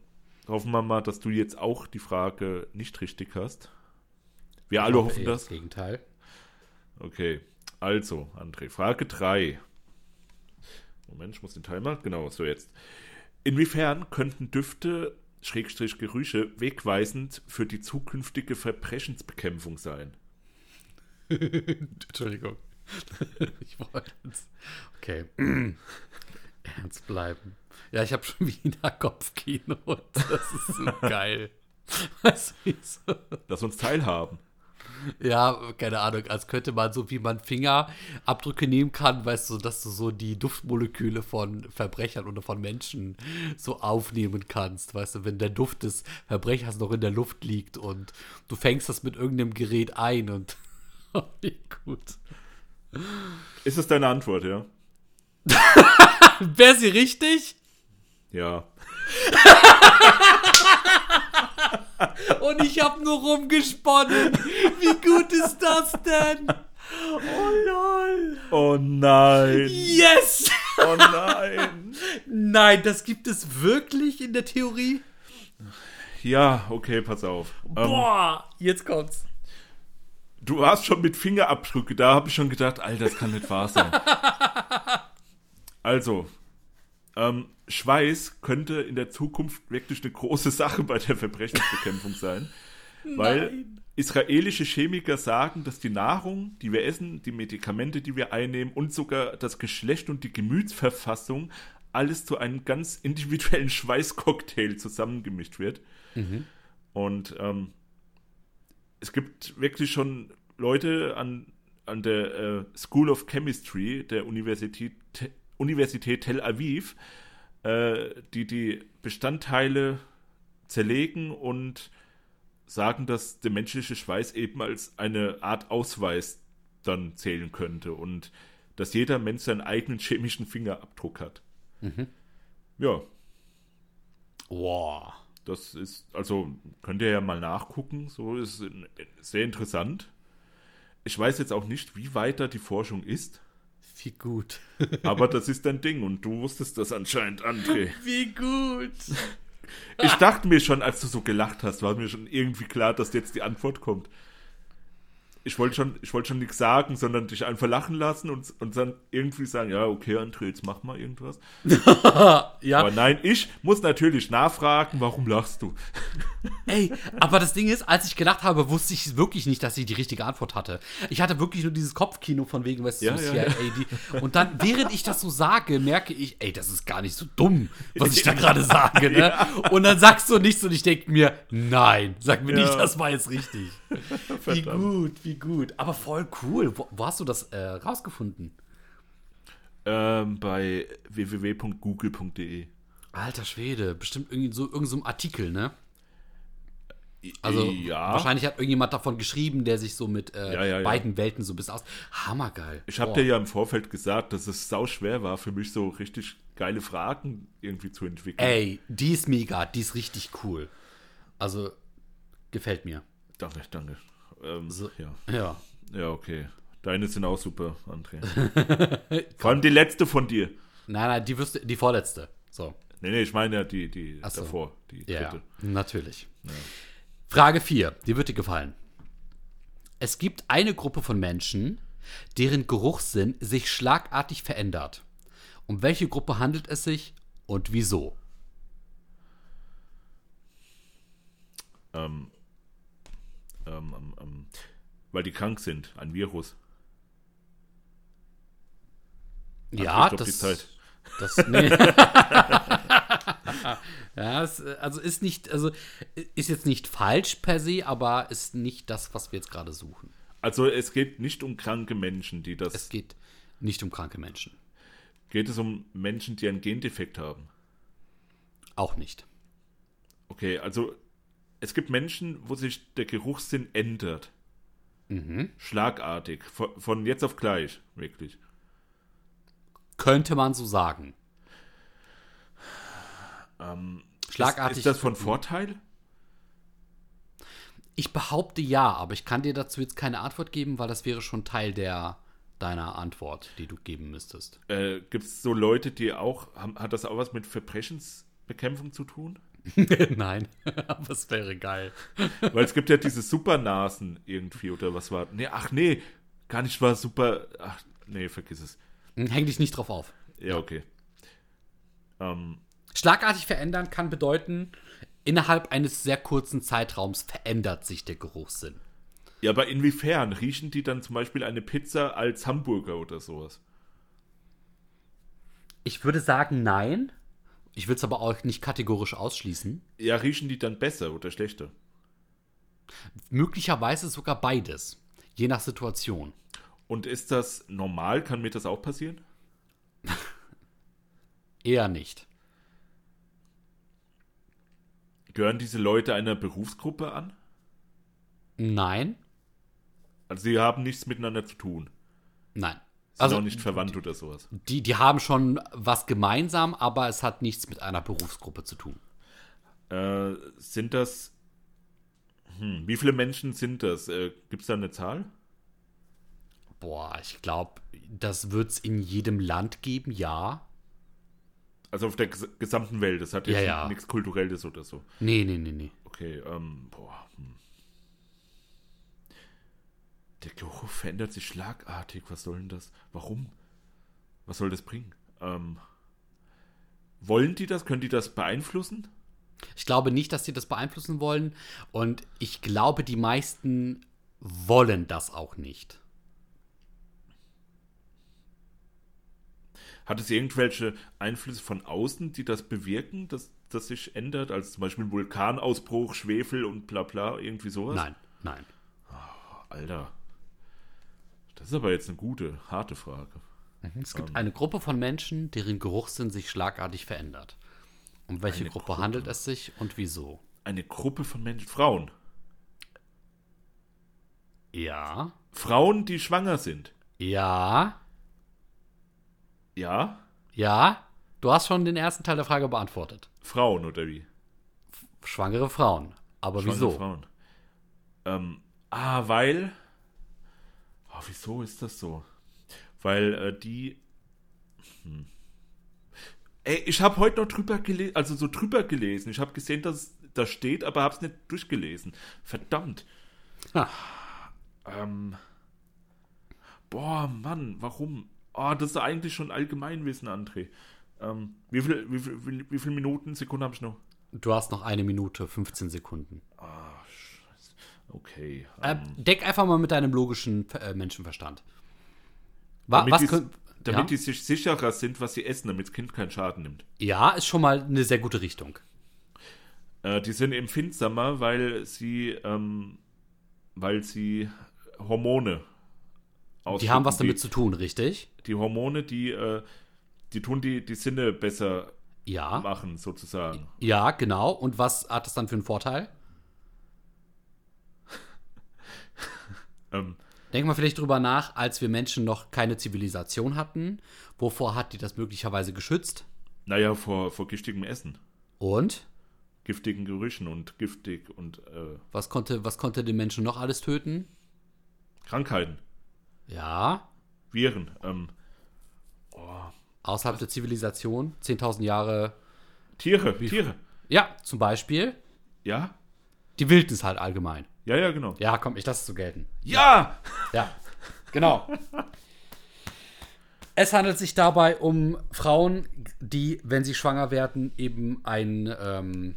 Speaker 1: hoffen wir mal, dass du jetzt auch die Frage nicht richtig hast. Wir alle hoffen das.
Speaker 2: eh Gegenteil.
Speaker 1: Okay, also, André, Frage 3. Moment, ich muss den Timer. Genau, so jetzt. Inwiefern könnten Düfte, Schrägstrich Gerüche, wegweisend für die zukünftige Verbrechensbekämpfung sein?
Speaker 2: Entschuldigung. ich wollte jetzt. Okay. Ernst bleiben. Ja, ich habe schon wieder Kopfkino. Das ist so geil. Weißt du, wie so-
Speaker 1: Lass uns teilhaben.
Speaker 2: ja, keine Ahnung, als könnte man so, wie man Fingerabdrücke nehmen kann, weißt du, dass du so die Duftmoleküle von Verbrechern oder von Menschen so aufnehmen kannst, weißt du, wenn der Duft des Verbrechers noch in der Luft liegt und du fängst das mit irgendeinem Gerät ein und Oh, wie gut.
Speaker 1: Ist es deine Antwort, ja?
Speaker 2: Wäre sie richtig?
Speaker 1: Ja.
Speaker 2: Und ich habe nur rumgesponnen. Wie gut ist das denn? Oh lol.
Speaker 1: Oh nein!
Speaker 2: Yes!
Speaker 1: Oh nein!
Speaker 2: Nein, das gibt es wirklich in der Theorie?
Speaker 1: Ja, okay, pass auf. Ähm,
Speaker 2: Boah, jetzt kommt's.
Speaker 1: du warst schon mit Fingerabdrücke, da habe ich schon gedacht, Alter, das kann nicht wahr sein. Also, ähm, Schweiß könnte in der Zukunft wirklich eine große Sache bei der Verbrechensbekämpfung sein. Weil israelische Chemiker sagen, dass die Nahrung, die wir essen, die Medikamente, die wir einnehmen und sogar das Geschlecht und die Gemütsverfassung alles zu einem ganz individuellen Schweißcocktail zusammengemischt wird. Und ähm, es gibt wirklich schon Leute an, an der äh, School of Chemistry der Universität, Te- Universität Tel Aviv, äh, die die Bestandteile zerlegen und sagen, dass der menschliche Schweiß eben als eine Art Ausweis dann zählen könnte und dass jeder Mensch seinen eigenen chemischen Fingerabdruck hat. Ja,
Speaker 2: Wow.
Speaker 1: das ist, also könnt ihr ja mal nachgucken, so ist in- sehr interessant. Ich weiß jetzt auch nicht, wie weit da die Forschung ist,
Speaker 2: Wie gut.
Speaker 1: aber das ist dein Ding und du wusstest das anscheinend, André.
Speaker 2: Wie gut.
Speaker 1: Ich dachte mir schon, als du so gelacht hast, war mir schon irgendwie klar, dass jetzt die Antwort kommt. Ich wollte schon, ich wollte schon nichts sagen, sondern dich einfach lachen lassen und, und dann irgendwie sagen, ja, okay, André, jetzt mach mal irgendwas.
Speaker 2: Ja,
Speaker 1: Aber nein, ich muss natürlich nachfragen, warum lachst du?
Speaker 2: Ey, aber das Ding ist, als ich gelacht habe, wusste ich wirklich nicht, dass ich die richtige Antwort hatte. Ich hatte wirklich nur dieses Kopfkino von wegen, weißt du,
Speaker 1: Ja,
Speaker 2: so
Speaker 1: ja,
Speaker 2: CIA. Die, und dann, während ich das so sage, merke ich, ey, das ist gar nicht so dumm, was ich da gerade sage, ne? Und dann sagst du nichts und ich denke mir, nein, sag mir nicht,
Speaker 1: Ja.
Speaker 2: das war jetzt richtig. wie gut, wie gut. Aber voll cool. Wo, wo hast du das äh, rausgefunden?
Speaker 1: Ähm, bei www.google.de.
Speaker 2: Alter Schwede, bestimmt irgendwie so irgendeinem so einem Artikel, ne? Also
Speaker 1: ja.
Speaker 2: wahrscheinlich hat irgendjemand davon geschrieben, der sich so mit äh,
Speaker 1: Ja, ja, ja.
Speaker 2: beiden Welten so ein bisschen aus. Hammergeil.
Speaker 1: Ich habe
Speaker 2: Boah.
Speaker 1: dir ja im Vorfeld gesagt, dass es sau schwer war, für mich so richtig geile Fragen irgendwie zu entwickeln.
Speaker 2: Ey, die ist mega, die ist richtig cool. Also, gefällt mir.
Speaker 1: Danke, danke. Ähm, ja.
Speaker 2: Ja.
Speaker 1: ja, okay. Deine sind auch super, André. Vor allem die letzte von dir.
Speaker 2: Nein, nein, die wirst du, die vorletzte. So.
Speaker 1: Nee, nee, ich meine ja die, die
Speaker 2: so.
Speaker 1: davor, die
Speaker 2: Ja,
Speaker 1: dritte.
Speaker 2: natürlich. Frage 4, die wird dir gefallen. Es gibt eine Gruppe von Menschen, deren Geruchssinn sich schlagartig verändert. Um welche Gruppe handelt es sich und wieso?
Speaker 1: Ähm, ähm, ähm, weil die krank sind, ein Virus.
Speaker 2: Ja,
Speaker 1: stopp die
Speaker 2: das,
Speaker 1: Zeit.
Speaker 2: das nee. ja, es, äh, also ist nicht, also i- ist jetzt nicht falsch per se, aber ist nicht das, was wir jetzt gerade suchen.
Speaker 1: Also es geht nicht um kranke Menschen, die das.
Speaker 2: Es geht nicht um kranke Menschen,
Speaker 1: geht es um Menschen, die einen Gendefekt haben.
Speaker 2: auch nicht.
Speaker 1: Okay, also es gibt Menschen, wo sich der Geruchssinn ändert.
Speaker 2: Mhm.
Speaker 1: Schlagartig. Von, von jetzt auf gleich, wirklich.
Speaker 2: Könnte man so sagen.
Speaker 1: Ist,
Speaker 2: Schlagartig.
Speaker 1: Ähm, ist das von Vorteil?
Speaker 2: ich behaupte ja, aber ich kann dir dazu jetzt keine Antwort geben, weil das wäre schon Teil der deiner Antwort, die du geben müsstest.
Speaker 1: Äh, gibt es so Leute, die auch, haben, hat das auch was mit Verbrechensbekämpfung zu tun?
Speaker 2: Nein, aber es wäre geil.
Speaker 1: Weil es gibt ja diese Supernasen irgendwie, oder was war? Nee, ach nee, gar nicht war super. Ach, nee, vergiss es.
Speaker 2: Häng dich nicht drauf auf.
Speaker 1: Ja, okay. Ähm,
Speaker 2: Schlagartig verändern kann bedeuten, innerhalb eines sehr kurzen Zeitraums verändert sich der Geruchssinn.
Speaker 1: ja, aber inwiefern riechen die dann zum Beispiel eine Pizza als Hamburger oder sowas?
Speaker 2: Ich würde sagen, nein. Ich will es aber auch nicht kategorisch ausschließen.
Speaker 1: Ja, riechen die dann besser oder schlechter?
Speaker 2: Möglicherweise sogar beides, je nach Situation.
Speaker 1: Und ist das normal? Kann mir das auch passieren?
Speaker 2: Eher nicht.
Speaker 1: Gehören diese Leute einer Berufsgruppe an?
Speaker 2: Nein,
Speaker 1: Also sie haben nichts miteinander zu tun.
Speaker 2: nein.
Speaker 1: Sind
Speaker 2: Also
Speaker 1: auch nicht verwandt oder sowas.
Speaker 2: die, die haben schon was gemeinsam, aber es hat nichts mit einer Berufsgruppe zu tun.
Speaker 1: Äh, sind das. Hm, wie viele Menschen sind das? Äh, Gibt es da eine Zahl?
Speaker 2: Boah, ich glaube, das wird es in jedem Land geben, ja.
Speaker 1: Also auf der ges gesamten Welt. Das hat
Speaker 2: Ja,
Speaker 1: jetzt
Speaker 2: ja.
Speaker 1: nichts Kulturelles oder so.
Speaker 2: Nee, nee, nee, nee.
Speaker 1: Okay, ähm, boah. Hm. Der Geruch verändert sich schlagartig. Was soll denn das? Warum? Was soll das bringen? Ähm, wollen die das? Können die das beeinflussen?
Speaker 2: Ich glaube nicht, dass sie das beeinflussen wollen. Und ich glaube, die meisten wollen das auch nicht.
Speaker 1: Hat es irgendwelche Einflüsse von außen, die das bewirken, dass das sich ändert? Also zum Beispiel Vulkanausbruch, Schwefel und bla bla, irgendwie sowas?
Speaker 2: Nein, nein.
Speaker 1: Alter. Das ist aber jetzt eine gute, harte Frage. Mhm.
Speaker 2: Es gibt eine Gruppe von Menschen, deren Geruchssinn sich schlagartig verändert. Um welche
Speaker 1: Eine
Speaker 2: Gruppe,
Speaker 1: Gruppe.
Speaker 2: handelt es sich und wieso?
Speaker 1: Eine Gruppe von Menschen, Frauen.
Speaker 2: Ja,
Speaker 1: Frauen, die schwanger sind.
Speaker 2: ja,
Speaker 1: Ja?
Speaker 2: ja. Du hast schon den ersten Teil der Frage beantwortet.
Speaker 1: Frauen oder wie?
Speaker 2: Schwangere Frauen. Aber
Speaker 1: Schwangere
Speaker 2: wieso?
Speaker 1: Frauen. Ähm, ah, weil. Ah, wieso ist das so? Weil äh, die. Hm. Ey, ich habe heute noch drüber gelesen, also so drüber gelesen. Ich habe gesehen, dass es da steht, aber habe es nicht durchgelesen. Verdammt.
Speaker 2: Ha.
Speaker 1: Ähm. Boah, Mann, warum? Oh, das ist eigentlich schon Allgemeinwissen, André. Ähm, wie viele wie viel, wie, wie viel Minuten, Sekunden habe ich noch?
Speaker 2: Du hast noch eine Minute, 15 Sekunden.
Speaker 1: Okay. ähm,
Speaker 2: Äh, deck einfach mal mit deinem logischen äh, Menschenverstand. Wa
Speaker 1: Damit,
Speaker 2: was
Speaker 1: die,
Speaker 2: könnt,
Speaker 1: damit
Speaker 2: ja?
Speaker 1: die sich sicherer sind, was sie essen, damit das Kind keinen Schaden nimmt.
Speaker 2: ja, ist schon mal eine sehr gute Richtung.
Speaker 1: Äh, die sind empfindsamer, weil sie, ähm, weil sie Hormone
Speaker 2: Die haben was
Speaker 1: ausschütten,
Speaker 2: damit zu tun, richtig?
Speaker 1: Die, die Hormone, die, äh, die tun die, die Sinne besser
Speaker 2: Ja.
Speaker 1: machen, sozusagen.
Speaker 2: Ja, genau. Und was hat das dann für einen Vorteil?
Speaker 1: Ähm,
Speaker 2: Denk mal vielleicht drüber nach, als wir Menschen noch keine Zivilisation hatten. Wovor hat die das möglicherweise geschützt?
Speaker 1: naja, vor, vor giftigem Essen,
Speaker 2: Und
Speaker 1: giftigen Gerüchen und giftig und äh,
Speaker 2: was konnte, was konnte den Menschen noch alles töten?
Speaker 1: Krankheiten,
Speaker 2: Ja,
Speaker 1: Viren. Ähm,
Speaker 2: außerhalb der Zivilisation, 10.000 Jahre.
Speaker 1: Tiere, Tiere.
Speaker 2: Ja, zum Beispiel
Speaker 1: Ja?
Speaker 2: die Wildnis halt allgemein.
Speaker 1: Ja, ja, genau.
Speaker 2: Ja, komm, ich lasse es so gelten.
Speaker 1: Ja!
Speaker 2: Ja, genau. Es handelt sich dabei um Frauen, die, wenn sie schwanger werden, eben einen ähm,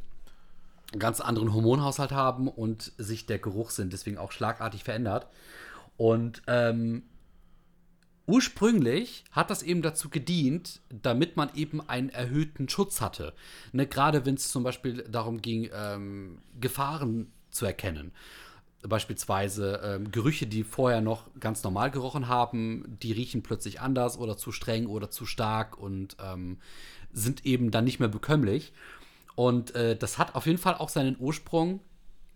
Speaker 2: ganz anderen Hormonhaushalt haben und sich der Geruchssinn deswegen auch schlagartig verändert. Und ähm, ursprünglich hat das eben dazu gedient, damit man eben einen erhöhten Schutz hatte. Ne, Gerade wenn es zum Beispiel darum ging, ähm, Gefahren zu erkennen beispielsweise ähm, Gerüche, die vorher noch ganz normal gerochen haben, die riechen plötzlich anders oder zu streng oder zu stark und ähm, sind eben dann nicht mehr bekömmlich. Und äh, das hat auf jeden Fall auch seinen Ursprung,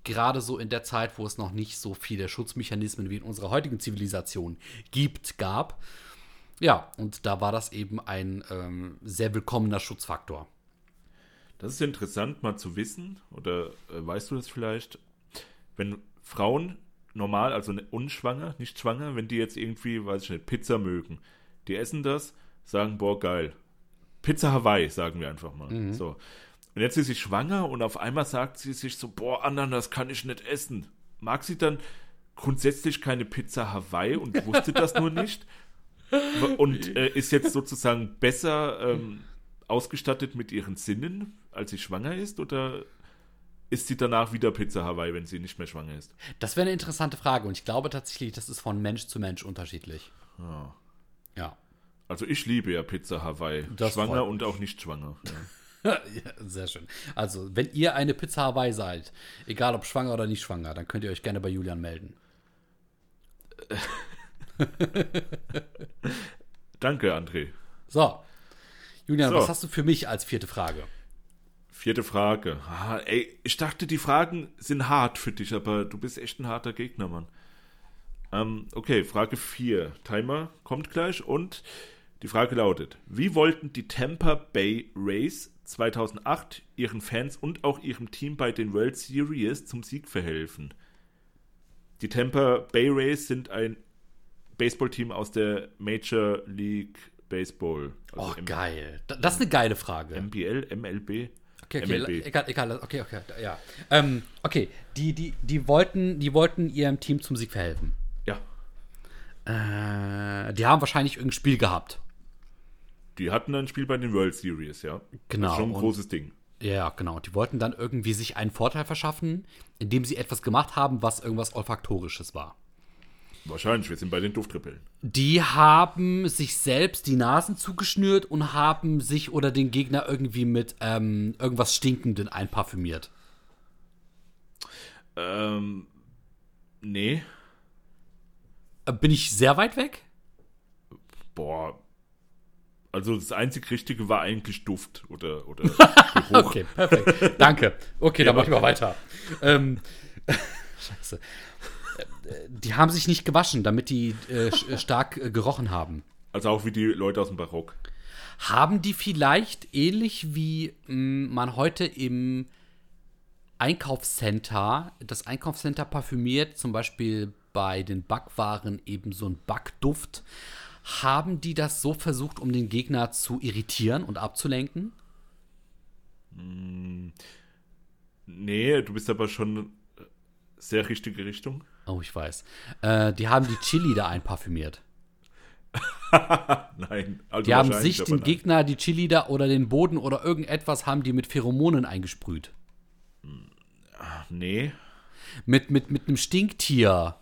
Speaker 2: gerade so in der Zeit, wo es noch nicht so viele Schutzmechanismen wie in unserer heutigen Zivilisation gibt, gab. Ja, und da war das eben ein ähm, sehr willkommener Schutzfaktor.
Speaker 1: Das ist interessant mal zu wissen, oder äh, weißt du das vielleicht, wenn Frauen normal, also ne- unschwanger, nicht schwanger, wenn die jetzt irgendwie, weiß ich nicht, Pizza mögen, die essen das, sagen, boah, geil. Pizza Hawaii, sagen wir einfach mal. So. Und jetzt ist sie schwanger und auf einmal sagt sie sich so, boah, Ananas kann ich nicht essen. Mag sie dann grundsätzlich keine Pizza Hawaii und wusste das nur nicht? Und äh, ist jetzt sozusagen besser ähm, ausgestattet mit ihren Sinnen, als sie schwanger ist? Oder ist sie danach wieder Pizza Hawaii, wenn sie nicht mehr schwanger ist?
Speaker 2: Das wäre eine interessante Frage und ich glaube tatsächlich, das ist von Mensch zu Mensch unterschiedlich.
Speaker 1: Ja.
Speaker 2: Ja.
Speaker 1: Ah. Also ich liebe ja Pizza Hawaii.
Speaker 2: Das
Speaker 1: schwanger
Speaker 2: freut
Speaker 1: und auch nicht schwanger. Ja.
Speaker 2: Ja, sehr schön. Also, wenn ihr eine Pizza Hawaii seid, egal ob schwanger oder nicht schwanger, dann könnt ihr euch gerne bei Julian melden.
Speaker 1: Danke, André.
Speaker 2: So. Julian,
Speaker 1: So.
Speaker 2: was hast du für mich als vierte Frage?
Speaker 1: Vierte Frage. Ah, ey, ich dachte, die Fragen sind hart für dich, aber du bist echt ein harter Gegner, Mann. Ähm, okay, Frage 4. Timer kommt gleich und die Frage lautet: Wie wollten die Tampa Bay Rays 2008 ihren Fans und auch ihrem Team bei den World Series zum Sieg verhelfen? Die Tampa Bay Rays sind ein Baseballteam aus der Major League Baseball.
Speaker 2: Oh,
Speaker 1: Also M-
Speaker 2: geil. Da- Das ist eine geile Frage.
Speaker 1: MBL, MLB.
Speaker 2: Okay, okay,
Speaker 1: MLB.
Speaker 2: la- egal, egal, okay, okay, ja. Ähm, okay, die, die, die, wollten, die wollten ihrem Team zum Sieg verhelfen.
Speaker 1: Ja,
Speaker 2: Äh, die haben wahrscheinlich irgendein Spiel gehabt.
Speaker 1: Die hatten ein Spiel bei den World Series, ja.
Speaker 2: Genau,
Speaker 1: Das ist schon ein
Speaker 2: und-
Speaker 1: großes Ding.
Speaker 2: Ja, genau. Die wollten dann irgendwie sich einen Vorteil verschaffen, indem sie etwas gemacht haben, was irgendwas Olfaktorisches war.
Speaker 1: Wahrscheinlich, wir sind bei den Duftrippeln.
Speaker 2: Die haben sich selbst die Nasen zugeschnürt und haben sich oder den Gegner irgendwie mit ähm, irgendwas Stinkenden einparfümiert.
Speaker 1: Ähm, nee.
Speaker 2: Äh, Bin ich sehr weit weg?
Speaker 1: Boah. Also das einzig Richtige war eigentlich Duft oder, oder Geruch.
Speaker 2: Oh, Okay, perfekt. Danke. Okay, dann mach ich mal weiter. Ähm, Scheiße. Äh, Die haben sich nicht gewaschen, damit die äh, sch- äh, stark äh, gerochen haben.
Speaker 1: Also auch wie die Leute aus dem Barock.
Speaker 2: Haben die vielleicht ähnlich wie mh, man heute im Einkaufscenter, das Einkaufscenter parfümiert, zum Beispiel bei den Backwaren eben so ein Backduft, haben die das so versucht, um den Gegner zu irritieren und abzulenken?
Speaker 1: Nee, du bist aber schon äh, sehr richtige Richtung.
Speaker 2: Oh, ich weiß. Äh, die haben die Chili da einparfümiert.
Speaker 1: Nein. Also
Speaker 2: Die haben
Speaker 1: wahrscheinlich,
Speaker 2: sich
Speaker 1: aber
Speaker 2: den
Speaker 1: nein.
Speaker 2: Gegner, die Chili da oder den Boden oder irgendetwas haben die mit Pheromonen eingesprüht.
Speaker 1: Nee.
Speaker 2: Mit, mit, mit einem Stinktier.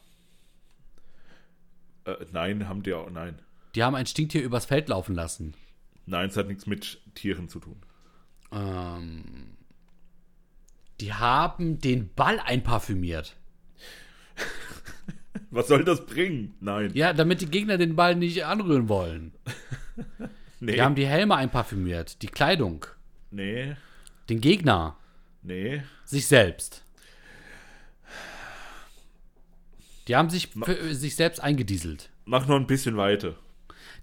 Speaker 1: Äh, nein, haben die auch. Nein.
Speaker 2: Die haben ein Stinktier übers Feld laufen lassen.
Speaker 1: Nein, es hat nichts mit Tieren zu tun.
Speaker 2: Ähm, die haben den Ball einparfümiert.
Speaker 1: Was soll das bringen? Nein.
Speaker 2: Ja, damit die Gegner den Ball nicht anrühren wollen.
Speaker 1: nee.
Speaker 2: Die haben die Helme einparfümiert, die Kleidung,
Speaker 1: nee.
Speaker 2: den Gegner,
Speaker 1: Nee.
Speaker 2: sich selbst. Die haben sich, für, äh, sich selbst eingedieselt.
Speaker 1: Mach noch ein bisschen weiter.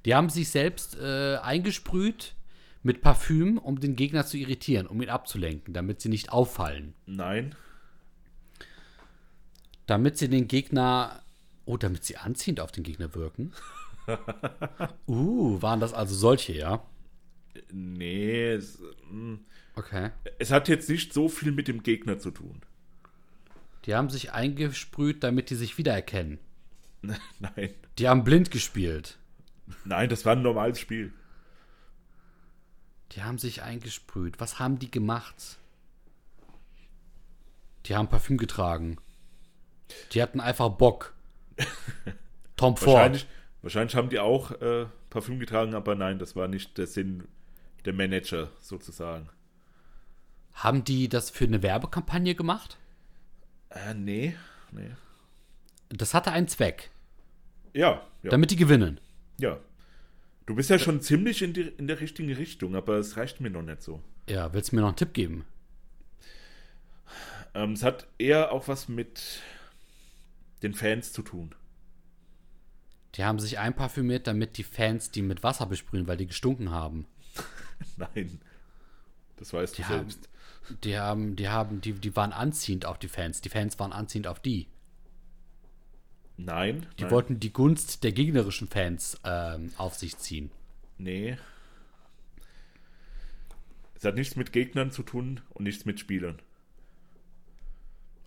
Speaker 2: Die haben sich selbst äh, eingesprüht mit Parfüm, um den Gegner zu irritieren, um ihn abzulenken, damit sie nicht auffallen.
Speaker 1: Nein.
Speaker 2: Damit sie den Gegner. Oh, damit sie anziehend auf den Gegner wirken. uh, waren das also solche, ja?
Speaker 1: Nee. Es, mm.
Speaker 2: Okay.
Speaker 1: es hat jetzt nicht so viel mit dem Gegner zu tun.
Speaker 2: Die haben sich eingesprüht, damit die sich wiedererkennen.
Speaker 1: Nein.
Speaker 2: Die haben blind gespielt.
Speaker 1: Nein, das war ein normales Spiel.
Speaker 2: Die haben sich eingesprüht. Was haben die gemacht? Die haben Parfüm getragen. Die hatten einfach Bock. Tom Ford.
Speaker 1: Wahrscheinlich, wahrscheinlich haben die auch äh, Parfüm getragen, aber nein, das war nicht der Sinn der Manager sozusagen.
Speaker 2: Haben die das für eine Werbekampagne gemacht?
Speaker 1: Äh, nee. Nee.
Speaker 2: Das hatte einen Zweck,
Speaker 1: Ja, ja.
Speaker 2: damit die gewinnen.
Speaker 1: ja. Du bist ja schon ziemlich in, die, in der richtigen Richtung, aber es reicht mir noch nicht so.
Speaker 2: Ja, willst du mir noch einen Tipp geben?
Speaker 1: Ähm, es hat eher auch was mit den Fans zu tun.
Speaker 2: Die haben sich einparfümiert, damit die Fans die mit Wasser besprühen, weil die gestunken haben.
Speaker 1: Nein. Das weißt du
Speaker 2: Ja.
Speaker 1: selbst.
Speaker 2: Die haben, die haben, die, die waren anziehend auf die Fans. Die Fans waren anziehend auf die.
Speaker 1: Nein.
Speaker 2: Die
Speaker 1: nein,
Speaker 2: wollten die Gunst der gegnerischen Fans ähm, auf sich ziehen.
Speaker 1: Nee. Es hat nichts mit Gegnern zu tun und nichts mit Spielern.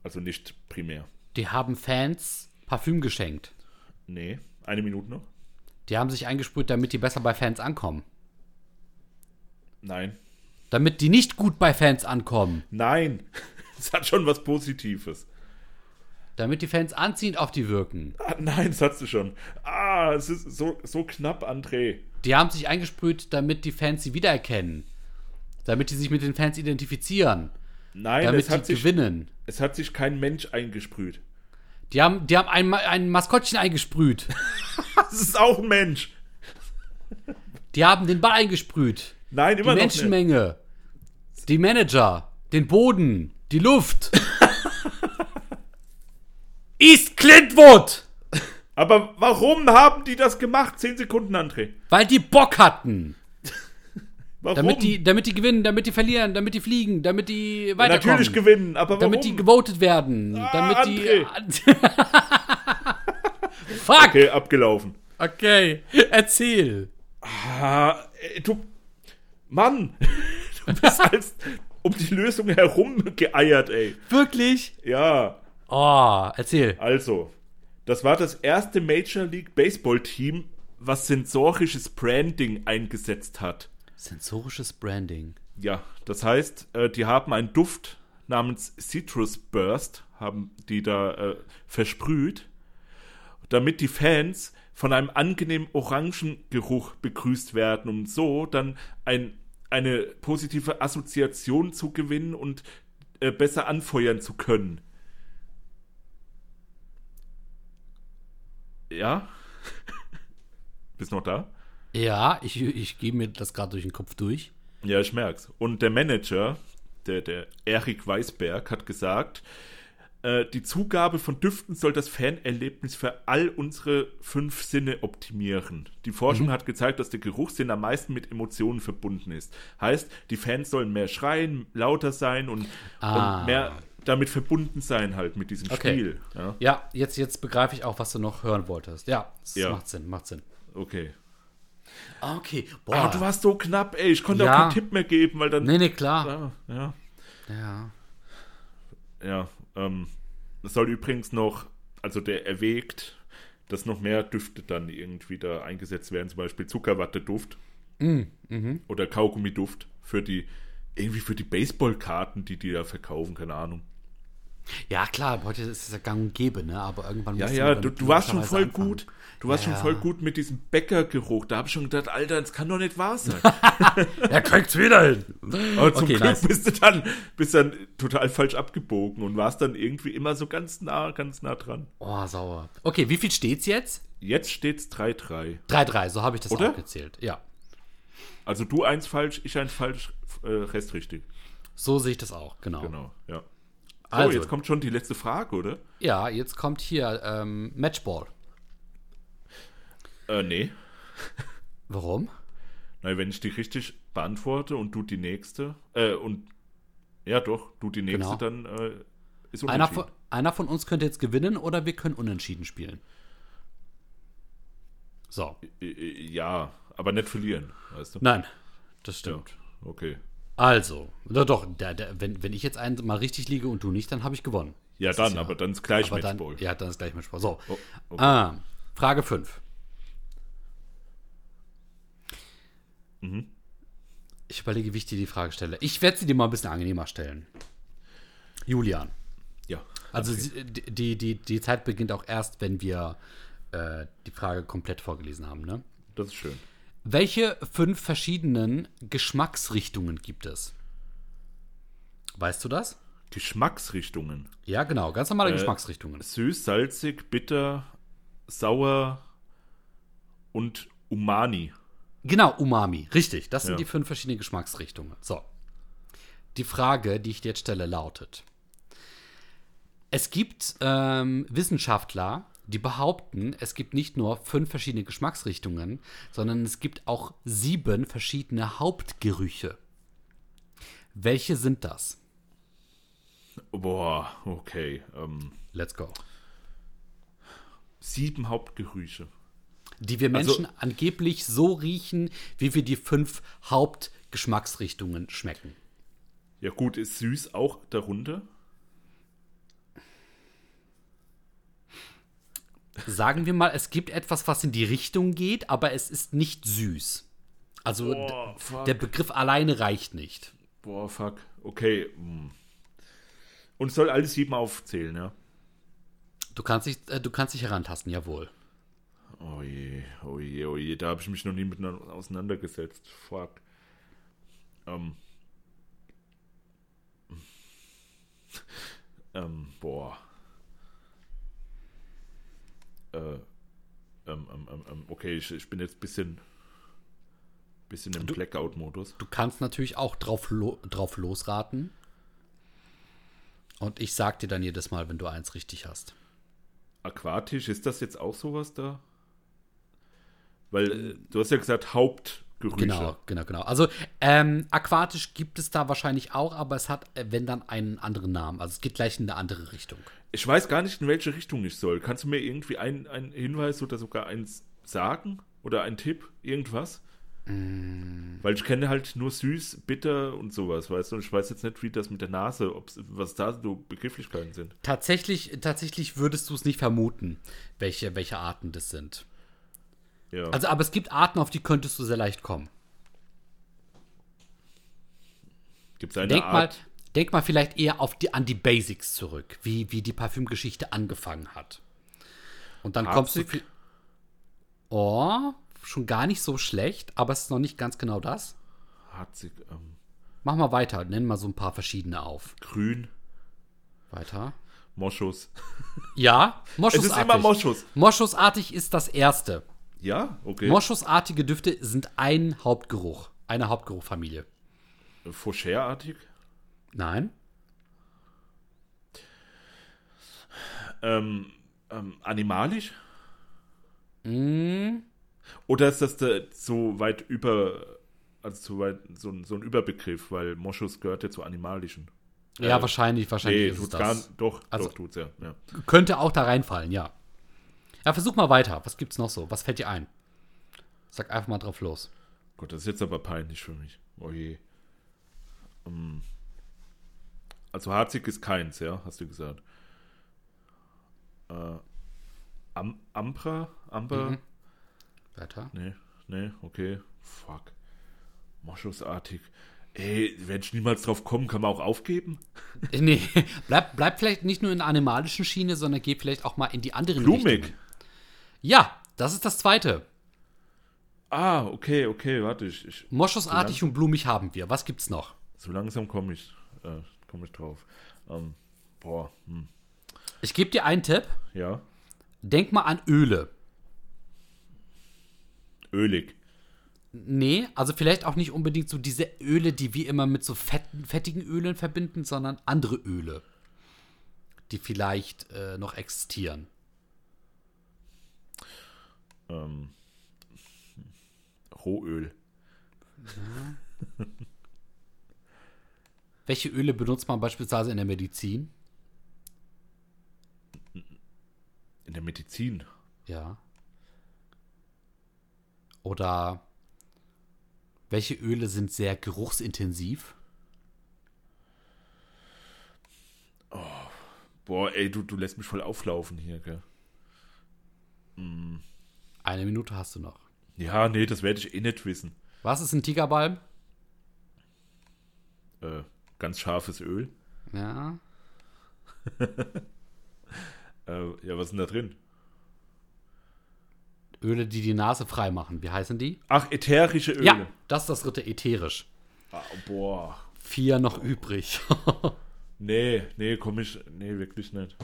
Speaker 1: Also nicht primär.
Speaker 2: Die haben Fans Parfüm geschenkt.
Speaker 1: Nee. Eine Minute noch?
Speaker 2: Die haben sich eingesprüht, damit die besser bei Fans ankommen.
Speaker 1: Nein.
Speaker 2: Damit die nicht gut bei Fans ankommen.
Speaker 1: Nein. Es hat schon was Positives.
Speaker 2: Damit die Fans anziehend auf die wirken.
Speaker 1: Ah, nein, das hast du schon. Ah, es ist so, so knapp, André.
Speaker 2: Die haben sich eingesprüht, damit die Fans sie wiedererkennen. Damit die sich mit den Fans identifizieren.
Speaker 1: Nein,
Speaker 2: Damit
Speaker 1: es hat,
Speaker 2: sie
Speaker 1: sich,
Speaker 2: gewinnen.
Speaker 1: es hat sich kein Mensch eingesprüht.
Speaker 2: Die haben, die haben ein, Ma- ein Maskottchen eingesprüht.
Speaker 1: Das ist auch ein Mensch.
Speaker 2: Die haben den Ball eingesprüht.
Speaker 1: Nein,
Speaker 2: Die
Speaker 1: immer noch nicht.
Speaker 2: Menschenmenge. Die Manager. Den Boden. Die Luft. East Clintwood.
Speaker 1: Aber warum haben die das gemacht? Zehn Sekunden, André.
Speaker 2: Weil die Bock hatten.
Speaker 1: Warum?
Speaker 2: Damit die, damit die gewinnen, damit die verlieren, damit die fliegen, damit die weiterkommen.
Speaker 1: Natürlich gewinnen, aber warum? Ah,
Speaker 2: Damit die gewotet werden. damit die. Fuck.
Speaker 1: okay,
Speaker 2: Okay.
Speaker 1: abgelaufen.
Speaker 2: Erzähl.
Speaker 1: Ah, äh, du. Mann! Du bist als um die Lösung herum geeiert, ey.
Speaker 2: Wirklich?
Speaker 1: Ja,
Speaker 2: Oh, erzähl.
Speaker 1: also. Das war das erste Major League Baseball Team, was sensorisches Branding eingesetzt hat.
Speaker 2: Sensorisches Branding.
Speaker 1: Ja, das heißt, äh, die haben einen Duft namens Citrus Burst, haben die da äh, versprüht, damit die Fans von einem angenehmen Orangengeruch begrüßt werden, um so dann ein, eine positive Assoziation zu gewinnen und äh, besser anfeuern zu können. Ja? Bist noch da?
Speaker 2: Ja, ich, ich gehe mir das gerade durch den Kopf durch.
Speaker 1: Ja, ich merk's. Und der Manager, der, der Erik Weisberg, hat gesagt, äh, die Zugabe von Düften soll das Fanerlebnis für all unsere fünf Sinne optimieren. Die Forschung
Speaker 2: Mhm.
Speaker 1: hat gezeigt, dass der Geruchssinn am meisten mit Emotionen verbunden ist. Heißt, die Fans sollen mehr schreien, lauter sein und,
Speaker 2: Ah.
Speaker 1: und mehr damit verbunden sein halt mit diesem
Speaker 2: Okay.
Speaker 1: Spiel. Ja,
Speaker 2: Ja, jetzt, jetzt begreife ich auch, was du noch hören wolltest. Ja, das
Speaker 1: Ja.
Speaker 2: macht Sinn, macht Sinn.
Speaker 1: okay.
Speaker 2: Ah, Okay,
Speaker 1: Ah,
Speaker 2: boah.
Speaker 1: du warst so knapp, ey. Ich konnte
Speaker 2: Ja.
Speaker 1: auch keinen Tipp mehr geben, weil dann.
Speaker 2: nee, nee, klar.
Speaker 1: Ah, ja.
Speaker 2: Ja.
Speaker 1: Ja, ähm, es soll übrigens noch, also der erwägt, dass noch mehr Düfte dann irgendwie da eingesetzt werden, zum Beispiel Zuckerwatte-Duft
Speaker 2: Mm, mhm.
Speaker 1: oder Kaugummi-Duft für die, irgendwie für die Baseballkarten, die die da verkaufen, keine Ahnung.
Speaker 2: Ja, klar, heute ist es ja gang und gäbe, ne? Aber irgendwann
Speaker 1: Ja,
Speaker 2: musst
Speaker 1: ja,
Speaker 2: damit
Speaker 1: du, du warst schon
Speaker 2: logischerweise
Speaker 1: voll
Speaker 2: anfangen.
Speaker 1: gut. Du warst
Speaker 2: Ja.
Speaker 1: schon voll gut mit diesem Bäckergeruch. Da habe ich schon gedacht, Alter, das kann doch nicht wahr sein.
Speaker 2: Er kriegt's wieder hin.
Speaker 1: Aber zum
Speaker 2: Okay,
Speaker 1: Glück
Speaker 2: nice.
Speaker 1: bist du dann, bist dann total falsch abgebogen und warst dann irgendwie immer so ganz nah, ganz nah dran.
Speaker 2: Oh, sauer. Okay, wie viel steht's jetzt?
Speaker 1: Jetzt steht's 3-3.
Speaker 2: 3-3, so habe ich das
Speaker 1: Oder?
Speaker 2: auch gezählt. Ja,
Speaker 1: Also du eins falsch, ich eins falsch, äh, Rest richtig.
Speaker 2: so sehe ich das auch, genau.
Speaker 1: Genau, ja. So,
Speaker 2: Also,
Speaker 1: jetzt kommt schon die letzte Frage, oder?
Speaker 2: ja, jetzt kommt hier ähm, Matchball.
Speaker 1: Äh, nee.
Speaker 2: Warum?
Speaker 1: Nein, wenn ich die richtig beantworte und du die nächste, äh, und ja doch, du die nächste,
Speaker 2: Genau.
Speaker 1: dann äh, ist
Speaker 2: Einer
Speaker 1: unentschieden.
Speaker 2: von, einer von uns könnte jetzt gewinnen oder wir können unentschieden spielen. So.
Speaker 1: Äh, äh, Ja, aber nicht verlieren, weißt du?
Speaker 2: Nein, das
Speaker 1: ja,
Speaker 2: stimmt.
Speaker 1: okay.
Speaker 2: Also, na doch, da, da, wenn, wenn ich jetzt einen mal richtig liege und du nicht, dann habe ich gewonnen.
Speaker 1: Ja,
Speaker 2: Das
Speaker 1: dann,
Speaker 2: ist
Speaker 1: aber dann ist gleich
Speaker 2: aber dann,
Speaker 1: Matchball.
Speaker 2: Ja, dann ist gleich Matchball. So.
Speaker 1: Oh, okay.
Speaker 2: Ah, Frage 5.
Speaker 1: Mhm.
Speaker 2: Ich überlege, wie ich dir die Frage stelle. Ich werde sie dir mal ein bisschen angenehmer stellen. Julian.
Speaker 1: Ja.
Speaker 2: Also sie- die, die, die, die Zeit beginnt auch erst, wenn wir äh, die Frage komplett vorgelesen haben. Ne?
Speaker 1: Das ist schön.
Speaker 2: Welche fünf verschiedenen Geschmacksrichtungen gibt es? Weißt du das?
Speaker 1: Geschmacksrichtungen.
Speaker 2: Ja, genau. Ganz normale Geschmacksrichtungen.
Speaker 1: Süß, salzig, bitter, sauer und umani.
Speaker 2: Genau, Umami. Richtig. Das sind
Speaker 1: Ja.
Speaker 2: die fünf verschiedenen Geschmacksrichtungen. So. Die Frage, die ich dir jetzt stelle, lautet: Es gibt ähm, Wissenschaftler, die behaupten, es gibt nicht nur fünf verschiedene Geschmacksrichtungen, sondern es gibt auch sieben verschiedene Hauptgerüche. Welche sind das?
Speaker 1: Boah, okay. Ähm,
Speaker 2: Let's go.
Speaker 1: sieben Hauptgerüche.
Speaker 2: Die wir
Speaker 1: Also-
Speaker 2: Menschen angeblich so riechen, wie wir die fünf Hauptgeschmacksrichtungen schmecken.
Speaker 1: Ja gut, ist süß auch darunter?
Speaker 2: Sagen wir mal, es gibt etwas, was in die Richtung geht, aber es ist nicht süß. Also d-
Speaker 1: Boah, Oh, fuck.
Speaker 2: der Begriff alleine reicht nicht.
Speaker 1: Boah, fuck. Okay. hm. Und soll alle sieben aufzählen, ja?
Speaker 2: Du kannst dich, äh, du kannst dich herantasten, jawohl.
Speaker 1: Oh je, oh je, oh je. Da habe ich mich noch nie mit auseinandergesetzt. Fuck. Ähm. Ähm, boah. Äh, ähm, ähm, ähm, ähm, okay, ich, ich bin jetzt ein bisschen, bisschen im Blackout-Modus.
Speaker 2: Du kannst natürlich auch drauf, lo drauf losraten. Und ich sag dir dann jedes Mal, wenn du eins richtig hast.
Speaker 1: Aquatisch, ist das jetzt auch sowas da? Weil äh, du hast ja gesagt Hauptgerüche.
Speaker 2: Genau, genau, genau. Also ähm, aquatisch gibt es da wahrscheinlich auch, aber es hat, äh, wenn dann, einen anderen Namen. Also es geht gleich in eine andere Richtung.
Speaker 1: Ich weiß gar nicht, in welche Richtung ich soll. Kannst du mir irgendwie einen, einen Hinweis oder sogar eins sagen? Oder einen Tipp? Irgendwas?
Speaker 2: Mm.
Speaker 1: Weil ich kenne halt nur süß, bitter und sowas, weißt du? Und ich weiß jetzt nicht, wie das mit der Nase, ob's, was da so Begrifflichkeiten sind.
Speaker 2: Tatsächlich, tatsächlich würdest du es nicht vermuten, welche, welche Arten das sind.
Speaker 1: Ja.
Speaker 2: Also, aber es gibt Arten, auf die könntest du sehr leicht kommen.
Speaker 1: Gibt es eine
Speaker 2: Denk mal,
Speaker 1: Art?
Speaker 2: denk mal vielleicht eher auf die, an die Basics zurück, wie, wie die Parfümgeschichte angefangen hat. Und dann kommst du.
Speaker 1: Harzig?
Speaker 2: vi- Oh, schon gar nicht so schlecht, aber es ist noch nicht ganz genau das.
Speaker 1: Harzig, ähm,
Speaker 2: Mach mal weiter, nenn mal so ein paar verschiedene auf.
Speaker 1: grün,
Speaker 2: Weiter.
Speaker 1: Moschus.
Speaker 2: Ja,
Speaker 1: Es
Speaker 2: Moschusartig.
Speaker 1: ist immer Moschus.
Speaker 2: Moschusartig ist das erste.
Speaker 1: Ja, okay.
Speaker 2: Moschusartige Düfte sind ein Hauptgeruch, eine Hauptgeruchfamilie.
Speaker 1: Fauchère-artig.
Speaker 2: Nein?
Speaker 1: Ähm, ähm, animalisch?
Speaker 2: Mhm.
Speaker 1: Oder ist das da so weit über, also zu weit, so, ein- so ein Überbegriff, weil Moschus gehört ja zu animalischen.
Speaker 2: Ja, wahrscheinlich, wahrscheinlich
Speaker 1: Äh, Nee,
Speaker 2: ist es
Speaker 1: tut's
Speaker 2: das.
Speaker 1: gar Doch,
Speaker 2: Also-
Speaker 1: doch, tut's ja. ja.
Speaker 2: Könnte auch da reinfallen, ja. Ja, versuch mal weiter. Was gibt's noch so? Was fällt dir ein? Sag einfach mal drauf los.
Speaker 1: Gott, das ist jetzt aber peinlich für mich. Oh je. Ähm, also Harzig ist keins, ja, hast du gesagt. Äh, Am Ambra? Amber?
Speaker 2: Mhm. Weiter.
Speaker 1: Nee, nee, okay. Fuck. Moschusartig. Ey, wenn ich niemals drauf kommen, kann man auch aufgeben?
Speaker 2: Äh, Nee, bleib, bleib vielleicht nicht nur in der animalischen Schiene, sondern geh vielleicht auch mal in die anderen
Speaker 1: Blumig.
Speaker 2: Richtungen. Ja, das ist das zweite.
Speaker 1: Ah, okay, okay, warte. Ich, ich,
Speaker 2: Moschusartig und blumig haben wir. Was gibt's noch?
Speaker 1: so langsam komme ich, äh, komm ich drauf. Ähm, boah, hm,
Speaker 2: Ich gebe dir einen Tipp.
Speaker 1: ja.
Speaker 2: Denk mal an Öle.
Speaker 1: Ölig.
Speaker 2: Nee, also vielleicht auch nicht unbedingt so diese Öle, die wir immer mit so fetten, fettigen Ölen verbinden, sondern andere Öle, die vielleicht äh, noch existieren.
Speaker 1: Ähm, Rohöl.
Speaker 2: Welche Öle benutzt man beispielsweise in der Medizin?
Speaker 1: In der Medizin.
Speaker 2: Ja. Oder welche Öle sind sehr geruchsintensiv?
Speaker 1: Boah, ey, du, du lässt mich voll auflaufen hier, gell?
Speaker 2: Eine Minute hast du noch.
Speaker 1: Ja, nee, das werde ich eh nicht wissen.
Speaker 2: Was ist ein Tigerbalm?
Speaker 1: Äh, ganz scharfes Öl.
Speaker 2: Ja.
Speaker 1: Äh, ja, was ist denn da drin?
Speaker 2: Öle, die die Nase frei machen. Wie heißen die?
Speaker 1: Ach, ätherische Öle.
Speaker 2: Ja, das ist das dritte, ätherisch.
Speaker 1: Ah, boah.
Speaker 2: Vier noch übrig.
Speaker 1: Nee, nee, komm ich. Nee, wirklich nicht.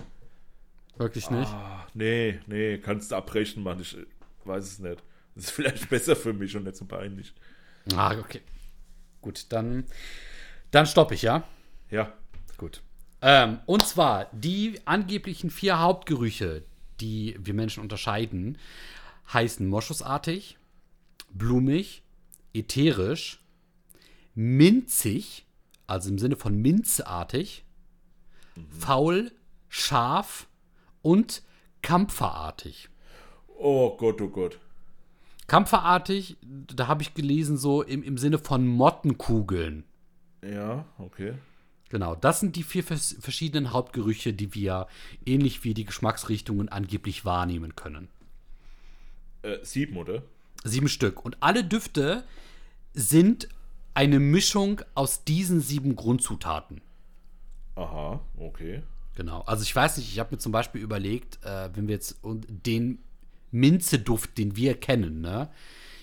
Speaker 2: Wirklich nicht?
Speaker 1: Ah, nee, nee, kannst du abbrechen, Mann. Ich äh, weiß es nicht. Das ist vielleicht besser für mich und nicht so peinlich.
Speaker 2: Ah, okay. Gut, dann, dann stoppe ich, ja?
Speaker 1: Ja.
Speaker 2: Gut. Ähm, und zwar, die angeblichen vier Hauptgerüche, die wir Menschen unterscheiden, heißen moschusartig, blumig, ätherisch, minzig, also im Sinne von minzeartig, faul, scharf und kampferartig.
Speaker 1: Oh Gott, oh Gott.
Speaker 2: Kampferartig, da habe ich gelesen, so im, im Sinne von Mottenkugeln.
Speaker 1: Ja, okay.
Speaker 2: Genau, das sind die vier vers verschiedenen Hauptgerüche, die wir ähnlich wie die Geschmacksrichtungen angeblich wahrnehmen können.
Speaker 1: Äh, sieben, oder?
Speaker 2: Sieben Stück. Und alle Düfte sind eine Mischung aus diesen sieben Grundzutaten.
Speaker 1: Aha, okay.
Speaker 2: Genau. Also ich weiß nicht, ich habe mir zum Beispiel überlegt, äh, wenn wir jetzt und den Minzeduft, den wir kennen, ne,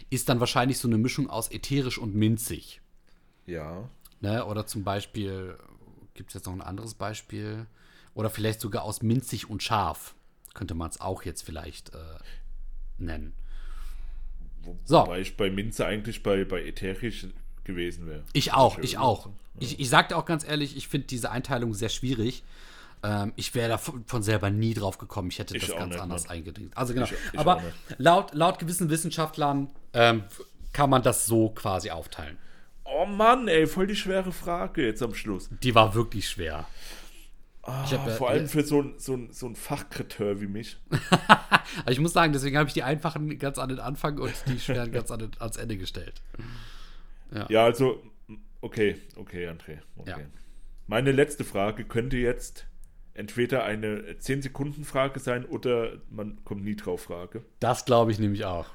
Speaker 2: ist dann wahrscheinlich so eine Mischung aus ätherisch und minzig.
Speaker 1: Ja.
Speaker 2: Ne? Oder zum Beispiel, gibt es jetzt noch ein anderes Beispiel? Oder vielleicht sogar aus minzig und scharf. Könnte man es auch jetzt vielleicht äh, nennen.
Speaker 1: Wo,
Speaker 2: So.
Speaker 1: Wobei ich bei Minze eigentlich bei, bei ätherisch gewesen wäre.
Speaker 2: Ich auch, ich auch. Ich, ich sagte auch ganz ehrlich, ich finde diese Einteilung sehr schwierig. Ähm, ich wäre da von von selber nie drauf gekommen. Ich hätte
Speaker 1: Ich
Speaker 2: das
Speaker 1: auch
Speaker 2: ganz
Speaker 1: nicht,
Speaker 2: anders
Speaker 1: Mann.
Speaker 2: eingedrängt. Also genau.
Speaker 1: Ich- ich auch
Speaker 2: Aber
Speaker 1: nicht.
Speaker 2: laut, laut gewissen Wissenschaftlern ähm, kann man das so quasi aufteilen.
Speaker 1: Oh Mann, ey, voll die schwere Frage jetzt am Schluss.
Speaker 2: Die war wirklich schwer. ich hab
Speaker 1: Ah,
Speaker 2: ja-
Speaker 1: Vor allem für so ein, so ein, so ein Fachkriteur wie mich.
Speaker 2: Aber ich muss sagen, deswegen habe ich die einfachen ganz an den Anfang und die schweren ganz an den, ans Ende gestellt.
Speaker 1: Ja, also, okay, okay, André. Okay.
Speaker 2: Ja.
Speaker 1: Meine letzte Frage könnte jetzt entweder eine 10-Sekunden-Frage sein oder man kommt nie drauf Frage.
Speaker 2: Das glaube ich nämlich auch.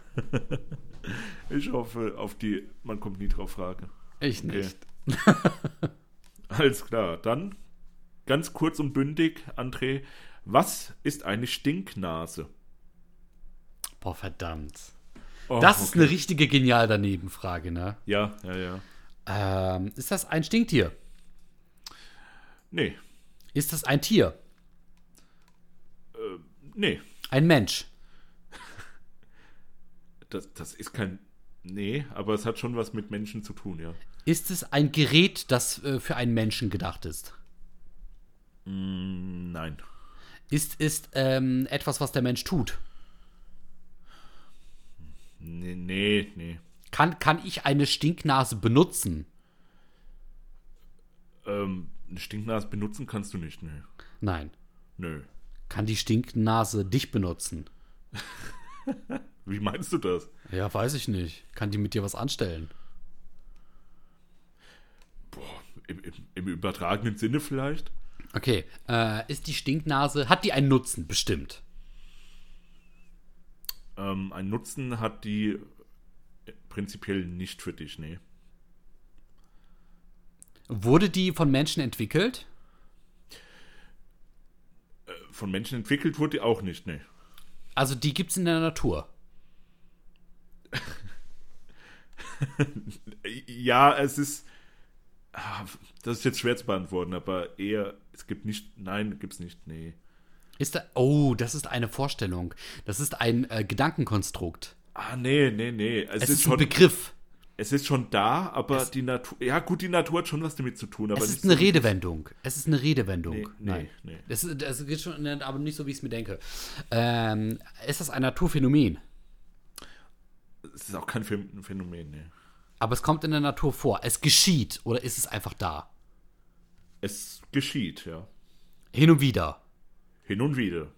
Speaker 1: Ich hoffe auf die man kommt nie drauf Frage.
Speaker 2: Ich
Speaker 1: Okay.
Speaker 2: nicht.
Speaker 1: Alles klar, dann ganz kurz und bündig, André. Was ist eine Stinknase?
Speaker 2: Boah, verdammt.
Speaker 1: Oh,
Speaker 2: das ist
Speaker 1: okay.
Speaker 2: eine richtige genial daneben Frage, ne?
Speaker 1: Ja, ja, ja.
Speaker 2: Ähm, ist das ein Stinktier?
Speaker 1: Nee,
Speaker 2: Ist das ein Tier?
Speaker 1: nee.
Speaker 2: Ein Mensch?
Speaker 1: Das, das ist kein. Nee, aber es hat schon was mit Menschen zu tun, ja.
Speaker 2: Ist es ein Gerät, das äh, für einen Menschen gedacht ist?
Speaker 1: Mm, nein.
Speaker 2: Ist es ähm, etwas, was der Mensch tut?
Speaker 1: Nee, nee, nee.
Speaker 2: Kann, kann ich eine Stinknase benutzen?
Speaker 1: Ähm, eine Stinknase benutzen kannst du nicht, nee.
Speaker 2: Nein.
Speaker 1: Nö.
Speaker 2: Kann die Stinknase dich benutzen?
Speaker 1: Wie meinst du das?
Speaker 2: Ja, weiß ich nicht. Kann die mit dir was anstellen?
Speaker 1: Boah, im, im, im übertragenen Sinne vielleicht?
Speaker 2: Okay. Äh, ist die Stinknase, hat die einen Nutzen? Bestimmt.
Speaker 1: Ähm, ein Nutzen hat die äh, prinzipiell nicht für dich, nee.
Speaker 2: Wurde die von Menschen entwickelt?
Speaker 1: Von Menschen entwickelt wurde die auch nicht, nee.
Speaker 2: Also die gibt's in der Natur.
Speaker 1: Ja, es ist. ah, Das ist jetzt schwer zu beantworten, aber eher, es gibt nicht. Nein, gibt's nicht, nee.
Speaker 2: Ist da, oh, das ist eine Vorstellung. Das ist ein äh, Gedankenkonstrukt.
Speaker 1: Ah, nee, nee, nee. Es, ist,
Speaker 2: Es ist ein
Speaker 1: schon,
Speaker 2: Begriff.
Speaker 1: es ist schon da, aber
Speaker 2: Es-
Speaker 1: die Natur. Ja, gut, die Natur hat schon was damit zu tun, aber
Speaker 2: Es
Speaker 1: nicht
Speaker 2: ist eine
Speaker 1: so-
Speaker 2: Redewendung. Es ist eine Redewendung.
Speaker 1: Nee, nee,
Speaker 2: Nein.
Speaker 1: nee.
Speaker 2: Das, ist- das geht schon, in- aber nicht so, wie ich es mir denke. Ähm, ist das ein Naturphänomen?
Speaker 1: Es ist auch kein Phän- Phänomen, nee.
Speaker 2: Aber es kommt in der Natur vor. Es geschieht oder ist es einfach da?
Speaker 1: Es geschieht, ja.
Speaker 2: Hin und wieder.
Speaker 1: Hin und wieder.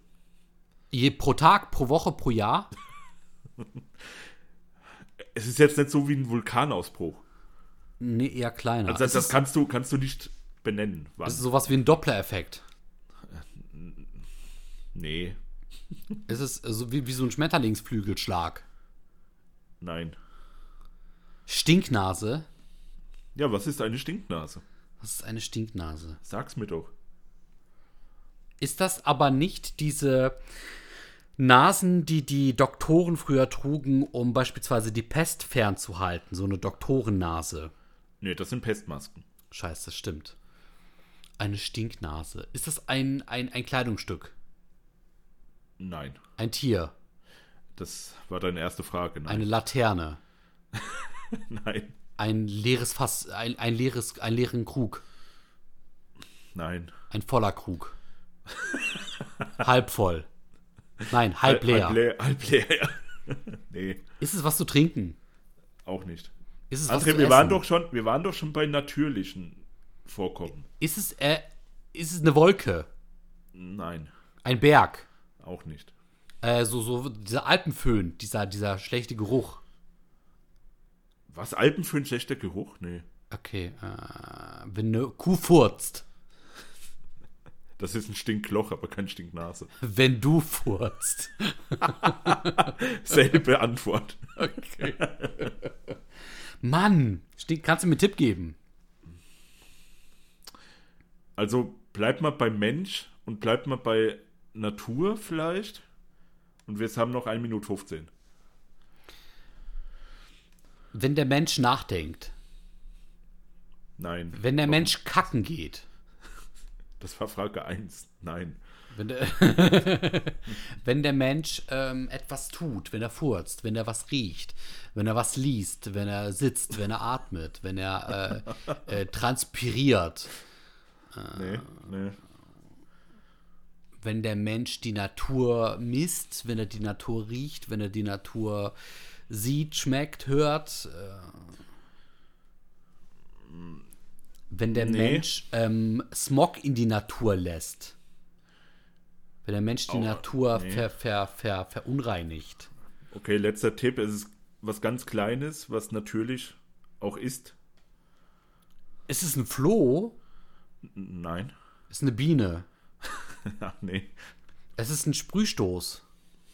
Speaker 2: Je pro Tag, pro Woche, pro Jahr.
Speaker 1: Es ist jetzt nicht so wie ein Vulkanausbruch.
Speaker 2: Nee, eher kleiner.
Speaker 1: Also das,
Speaker 2: Ah, es
Speaker 1: das
Speaker 2: ist,
Speaker 1: kannst du, kannst du nicht benennen.
Speaker 2: es ist
Speaker 1: Wann?
Speaker 2: sowas wie ein Doppler-Effekt.
Speaker 1: Nee,
Speaker 2: Es ist äh, so wie, wie so ein Schmetterlingsflügelschlag.
Speaker 1: nein.
Speaker 2: Stinknase.
Speaker 1: Ja, was ist eine Stinknase?
Speaker 2: Was ist eine Stinknase?
Speaker 1: Sag's mir doch.
Speaker 2: Ist das aber nicht diese Nasen, die die Doktoren früher trugen, um beispielsweise die Pest fernzuhalten? So eine Doktorennase.
Speaker 1: Nee, das sind Pestmasken.
Speaker 2: Scheiße, das stimmt. Eine Stinknase. Ist das ein, ein, ein Kleidungsstück?
Speaker 1: Nein.
Speaker 2: Ein Tier?
Speaker 1: Das war deine erste Frage. Nein.
Speaker 2: Eine Laterne?
Speaker 1: nein.
Speaker 2: Ein leeres Fass? Ein, ein leeres, einen leeren Krug?
Speaker 1: Nein.
Speaker 2: Ein voller Krug? halb voll? Nein, halb leer.
Speaker 1: Halb leer. Halb leer. nee,
Speaker 2: Ist es was zu trinken?
Speaker 1: auch nicht.
Speaker 2: Ist es was
Speaker 1: André,
Speaker 2: zu
Speaker 1: wir
Speaker 2: essen?
Speaker 1: waren, doch schon, wir waren doch schon bei natürlichen Vorkommen.
Speaker 2: Ist es, äh, ist es eine Wolke?
Speaker 1: Nein,
Speaker 2: Ein Berg?
Speaker 1: auch nicht.
Speaker 2: Äh, so, so dieser Alpenföhn, dieser, dieser schlechte Geruch.
Speaker 1: Was, Alpen für ein schlechter Geruch? Nee.
Speaker 2: Okay, äh, wenn eine Kuh furzt,
Speaker 1: Das ist ein Stinkloch, aber kein Stinknase.
Speaker 2: wenn du furzt.
Speaker 1: Selbe Antwort.
Speaker 2: Okay. Mann, stink, kannst du mir einen Tipp geben?
Speaker 1: Also bleibt mal beim Mensch und bleibt mal bei Natur vielleicht. Und wir haben noch 1 Minute 15.
Speaker 2: Wenn der Mensch nachdenkt,
Speaker 1: Nein.
Speaker 2: wenn der Mensch kacken geht,
Speaker 1: Das war Frage 1. Nein.
Speaker 2: wenn der, wenn der Mensch ähm, etwas tut, wenn er furzt, wenn er was riecht, wenn er was liest, wenn er sitzt, wenn er atmet, wenn er äh, äh, transpiriert. Ah.
Speaker 1: Nee, nee.
Speaker 2: wenn der Mensch die Natur misst, wenn er die Natur riecht, wenn er die Natur sieht, schmeckt, hört. Äh, wenn der
Speaker 1: Nee.
Speaker 2: Mensch ähm, Smog in die Natur lässt. Wenn der Mensch die
Speaker 1: Auch-
Speaker 2: Natur
Speaker 1: Oh, nee.
Speaker 2: ver, ver, ver, verunreinigt.
Speaker 1: Okay, letzter Tipp. Es ist was ganz Kleines, was natürlich auch ist.
Speaker 2: Ist es ein Floh?
Speaker 1: N- Nein.
Speaker 2: Ist eine Biene?
Speaker 1: Ach, nee.
Speaker 2: Es ist ein Sprühstoß?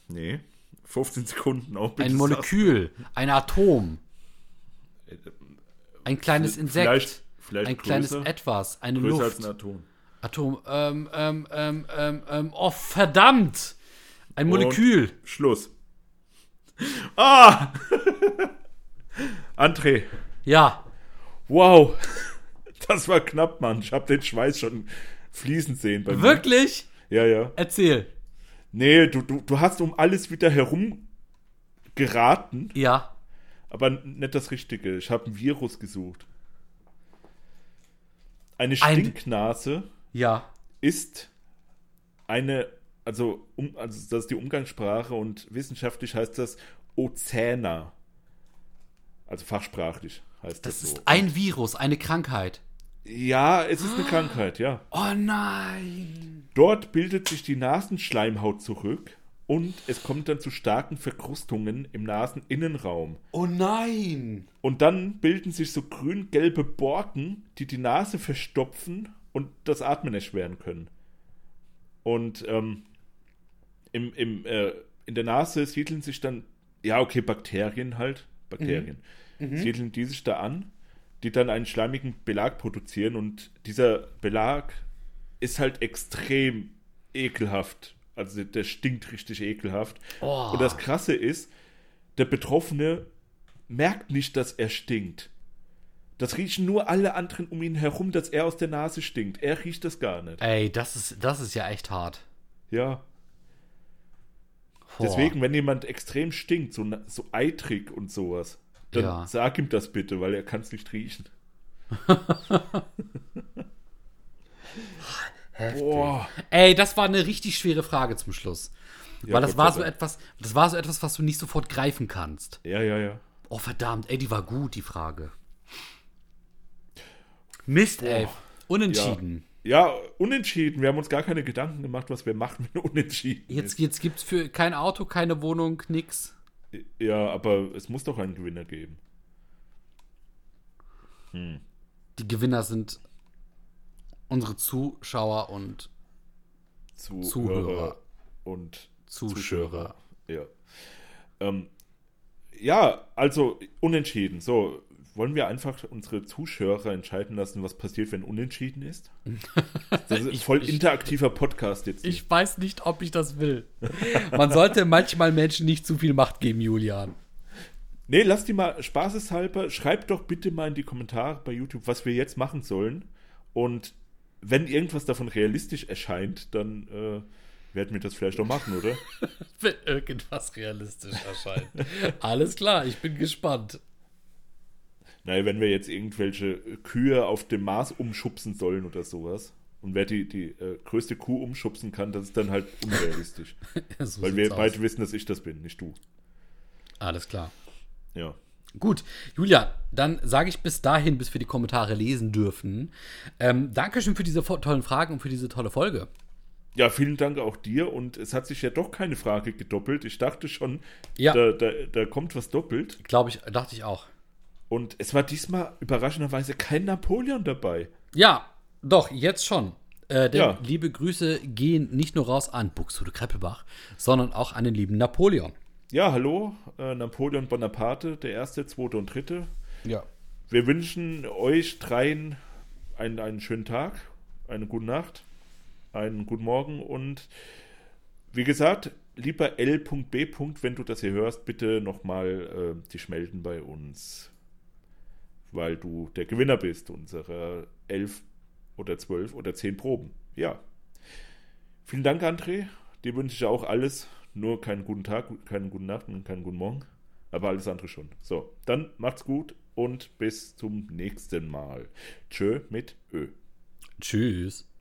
Speaker 1: Nee. 15 Sekunden auch bitte.
Speaker 2: Ein Molekül? Ein Atom? Ein kleines
Speaker 1: Insekt. Äh,
Speaker 2: Insekt?
Speaker 1: Vielleicht, Vielleicht
Speaker 2: Ein kleines
Speaker 1: größer,
Speaker 2: Etwas, eine
Speaker 1: größer
Speaker 2: Luft.
Speaker 1: als ein Atom.
Speaker 2: Atom, ähm, ähm, ähm, ähm, ähm, oh, verdammt! Ein
Speaker 1: Und-
Speaker 2: Molekül.
Speaker 1: Schluss. Ah! André,
Speaker 2: Ja.
Speaker 1: wow. Das war knapp, Mann. Ich habe den Schweiß schon fließen sehen bei mir.
Speaker 2: Wirklich?
Speaker 1: Ja, ja.
Speaker 2: Erzähl.
Speaker 1: Nee, du, du, du hast um alles wieder herum geraten,
Speaker 2: Ja.
Speaker 1: aber n- nicht das Richtige. Ich habe ein Virus gesucht. Eine
Speaker 2: Ein-
Speaker 1: Stinknase
Speaker 2: Ja.
Speaker 1: ist eine, also, um, also das ist die Umgangssprache und wissenschaftlich heißt das Ozäna. Also fachsprachlich heißt das,
Speaker 2: Das ist
Speaker 1: so.
Speaker 2: ein Ah. Virus, eine Krankheit.
Speaker 1: Ja, es ist eine Krankheit, ja.
Speaker 2: Oh nein.
Speaker 1: Dort bildet sich die Nasenschleimhaut zurück und es kommt dann zu starken Verkrustungen im Naseninnenraum.
Speaker 2: Oh nein.
Speaker 1: Und dann bilden sich so grün-gelbe Borken, die die Nase verstopfen und das Atmen erschweren können. Und ähm, im, im, äh, in der Nase siedeln sich dann, ja, okay, Bakterien halt, Bakterien, siedeln die sich da an, die dann einen schleimigen Belag produzieren. Und dieser Belag ist halt extrem ekelhaft. Also der stinkt richtig ekelhaft.
Speaker 2: Oh.
Speaker 1: Und das Krasse ist, der Betroffene merkt nicht, dass er stinkt. Das riechen nur alle anderen um ihn herum, dass er aus der Nase stinkt. Er riecht das gar nicht.
Speaker 2: Ey, das ist, das ist ja echt hart.
Speaker 1: Ja.
Speaker 2: Boah.
Speaker 1: Deswegen, wenn jemand extrem stinkt, so, na- so eitrig und sowas, dann
Speaker 2: Ja.
Speaker 1: sag ihm das bitte, weil er kann es nicht riechen. Boah.
Speaker 2: Ey, das war eine richtig schwere Frage zum Schluss.
Speaker 1: Ja,
Speaker 2: Weil das
Speaker 1: Gott
Speaker 2: war
Speaker 1: sei
Speaker 2: so
Speaker 1: Dank.
Speaker 2: etwas, das war so etwas, was du nicht sofort greifen kannst.
Speaker 1: Ja, ja, ja.
Speaker 2: Oh verdammt, ey, die war gut, die Frage. Mist,
Speaker 1: Oh.
Speaker 2: ey. Unentschieden.
Speaker 1: Ja, unentschieden. Wir haben uns gar keine Gedanken gemacht, was wir machen, wenn unentschieden.
Speaker 2: Jetzt, jetzt gibt's für kein Auto, keine Wohnung, nix.
Speaker 1: ist. Ja, aber es muss doch einen Gewinner geben.
Speaker 2: Die Gewinner sind unsere Zuschauer und
Speaker 1: Zuhörer,
Speaker 2: Zuhörer.
Speaker 1: und
Speaker 2: Zuschauer.
Speaker 1: Ja. Ähm, ja, also unentschieden. So, wollen wir einfach unsere Zuschauer entscheiden lassen, was passiert, wenn unentschieden ist? Das ist
Speaker 2: Ich-
Speaker 1: voll
Speaker 2: ich-
Speaker 1: interaktiver Podcast jetzt.
Speaker 2: Ich weiß nicht, ob ich das will. Man sollte manchmal Menschen nicht zu viel Macht geben, Julian.
Speaker 1: Nee, lass die mal spaßeshalber. Schreibt doch bitte mal in die Kommentare bei YouTube, was wir jetzt machen sollen. Und wenn irgendwas davon realistisch erscheint, dann äh, werden wir das vielleicht doch machen, oder?
Speaker 2: Wenn irgendwas realistisch erscheint. Alles klar, ich bin gespannt.
Speaker 1: Naja, wenn wir jetzt irgendwelche Kühe auf dem Mars umschubsen sollen oder sowas. Und wer die, die äh, größte Kuh umschubsen kann, das ist dann halt unrealistisch.
Speaker 2: So
Speaker 1: weil wir
Speaker 2: sieht's
Speaker 1: beide wissen, dass ich das bin, nicht du.
Speaker 2: aus. Alles klar.
Speaker 1: Ja.
Speaker 2: Gut, Julian, dann sage ich bis dahin, bis wir die Kommentare lesen dürfen. Ähm, Dankeschön für diese fo- tollen Fragen und für diese tolle Folge.
Speaker 1: Ja, vielen Dank auch dir. Und es hat sich ja doch keine Frage gedoppelt. Ich dachte schon,
Speaker 2: Ja.
Speaker 1: da, da, da kommt was doppelt.
Speaker 2: Glaube ich, dachte ich auch.
Speaker 1: Und es war diesmal überraschenderweise kein Napoleon dabei.
Speaker 2: Ja, doch, jetzt schon. Äh, denn
Speaker 1: Ja.
Speaker 2: liebe Grüße gehen nicht nur raus an Buxtehude Kreppelbach, sondern auch an den lieben Napoleon.
Speaker 1: Ja, hallo, äh, Napoleon Bonaparte, der erste, zweite und dritte.
Speaker 2: Ja.
Speaker 1: Wir wünschen euch dreien einen, einen schönen Tag, eine gute Nacht, einen guten Morgen und wie gesagt, lieber L.B. wenn du das hier hörst, bitte nochmal äh, die Schmelden bei uns, weil du der Gewinner bist unserer 11 oder 12 oder 10 Proben. Ja. Vielen Dank, André. Dir wünsche ich auch alles, nur keinen guten Tag, keinen guten Nacht und keinen guten Morgen. Aber alles andere schon. So, dann macht's gut und bis zum nächsten Mal. Tschö mit Ö.
Speaker 2: Tschüss.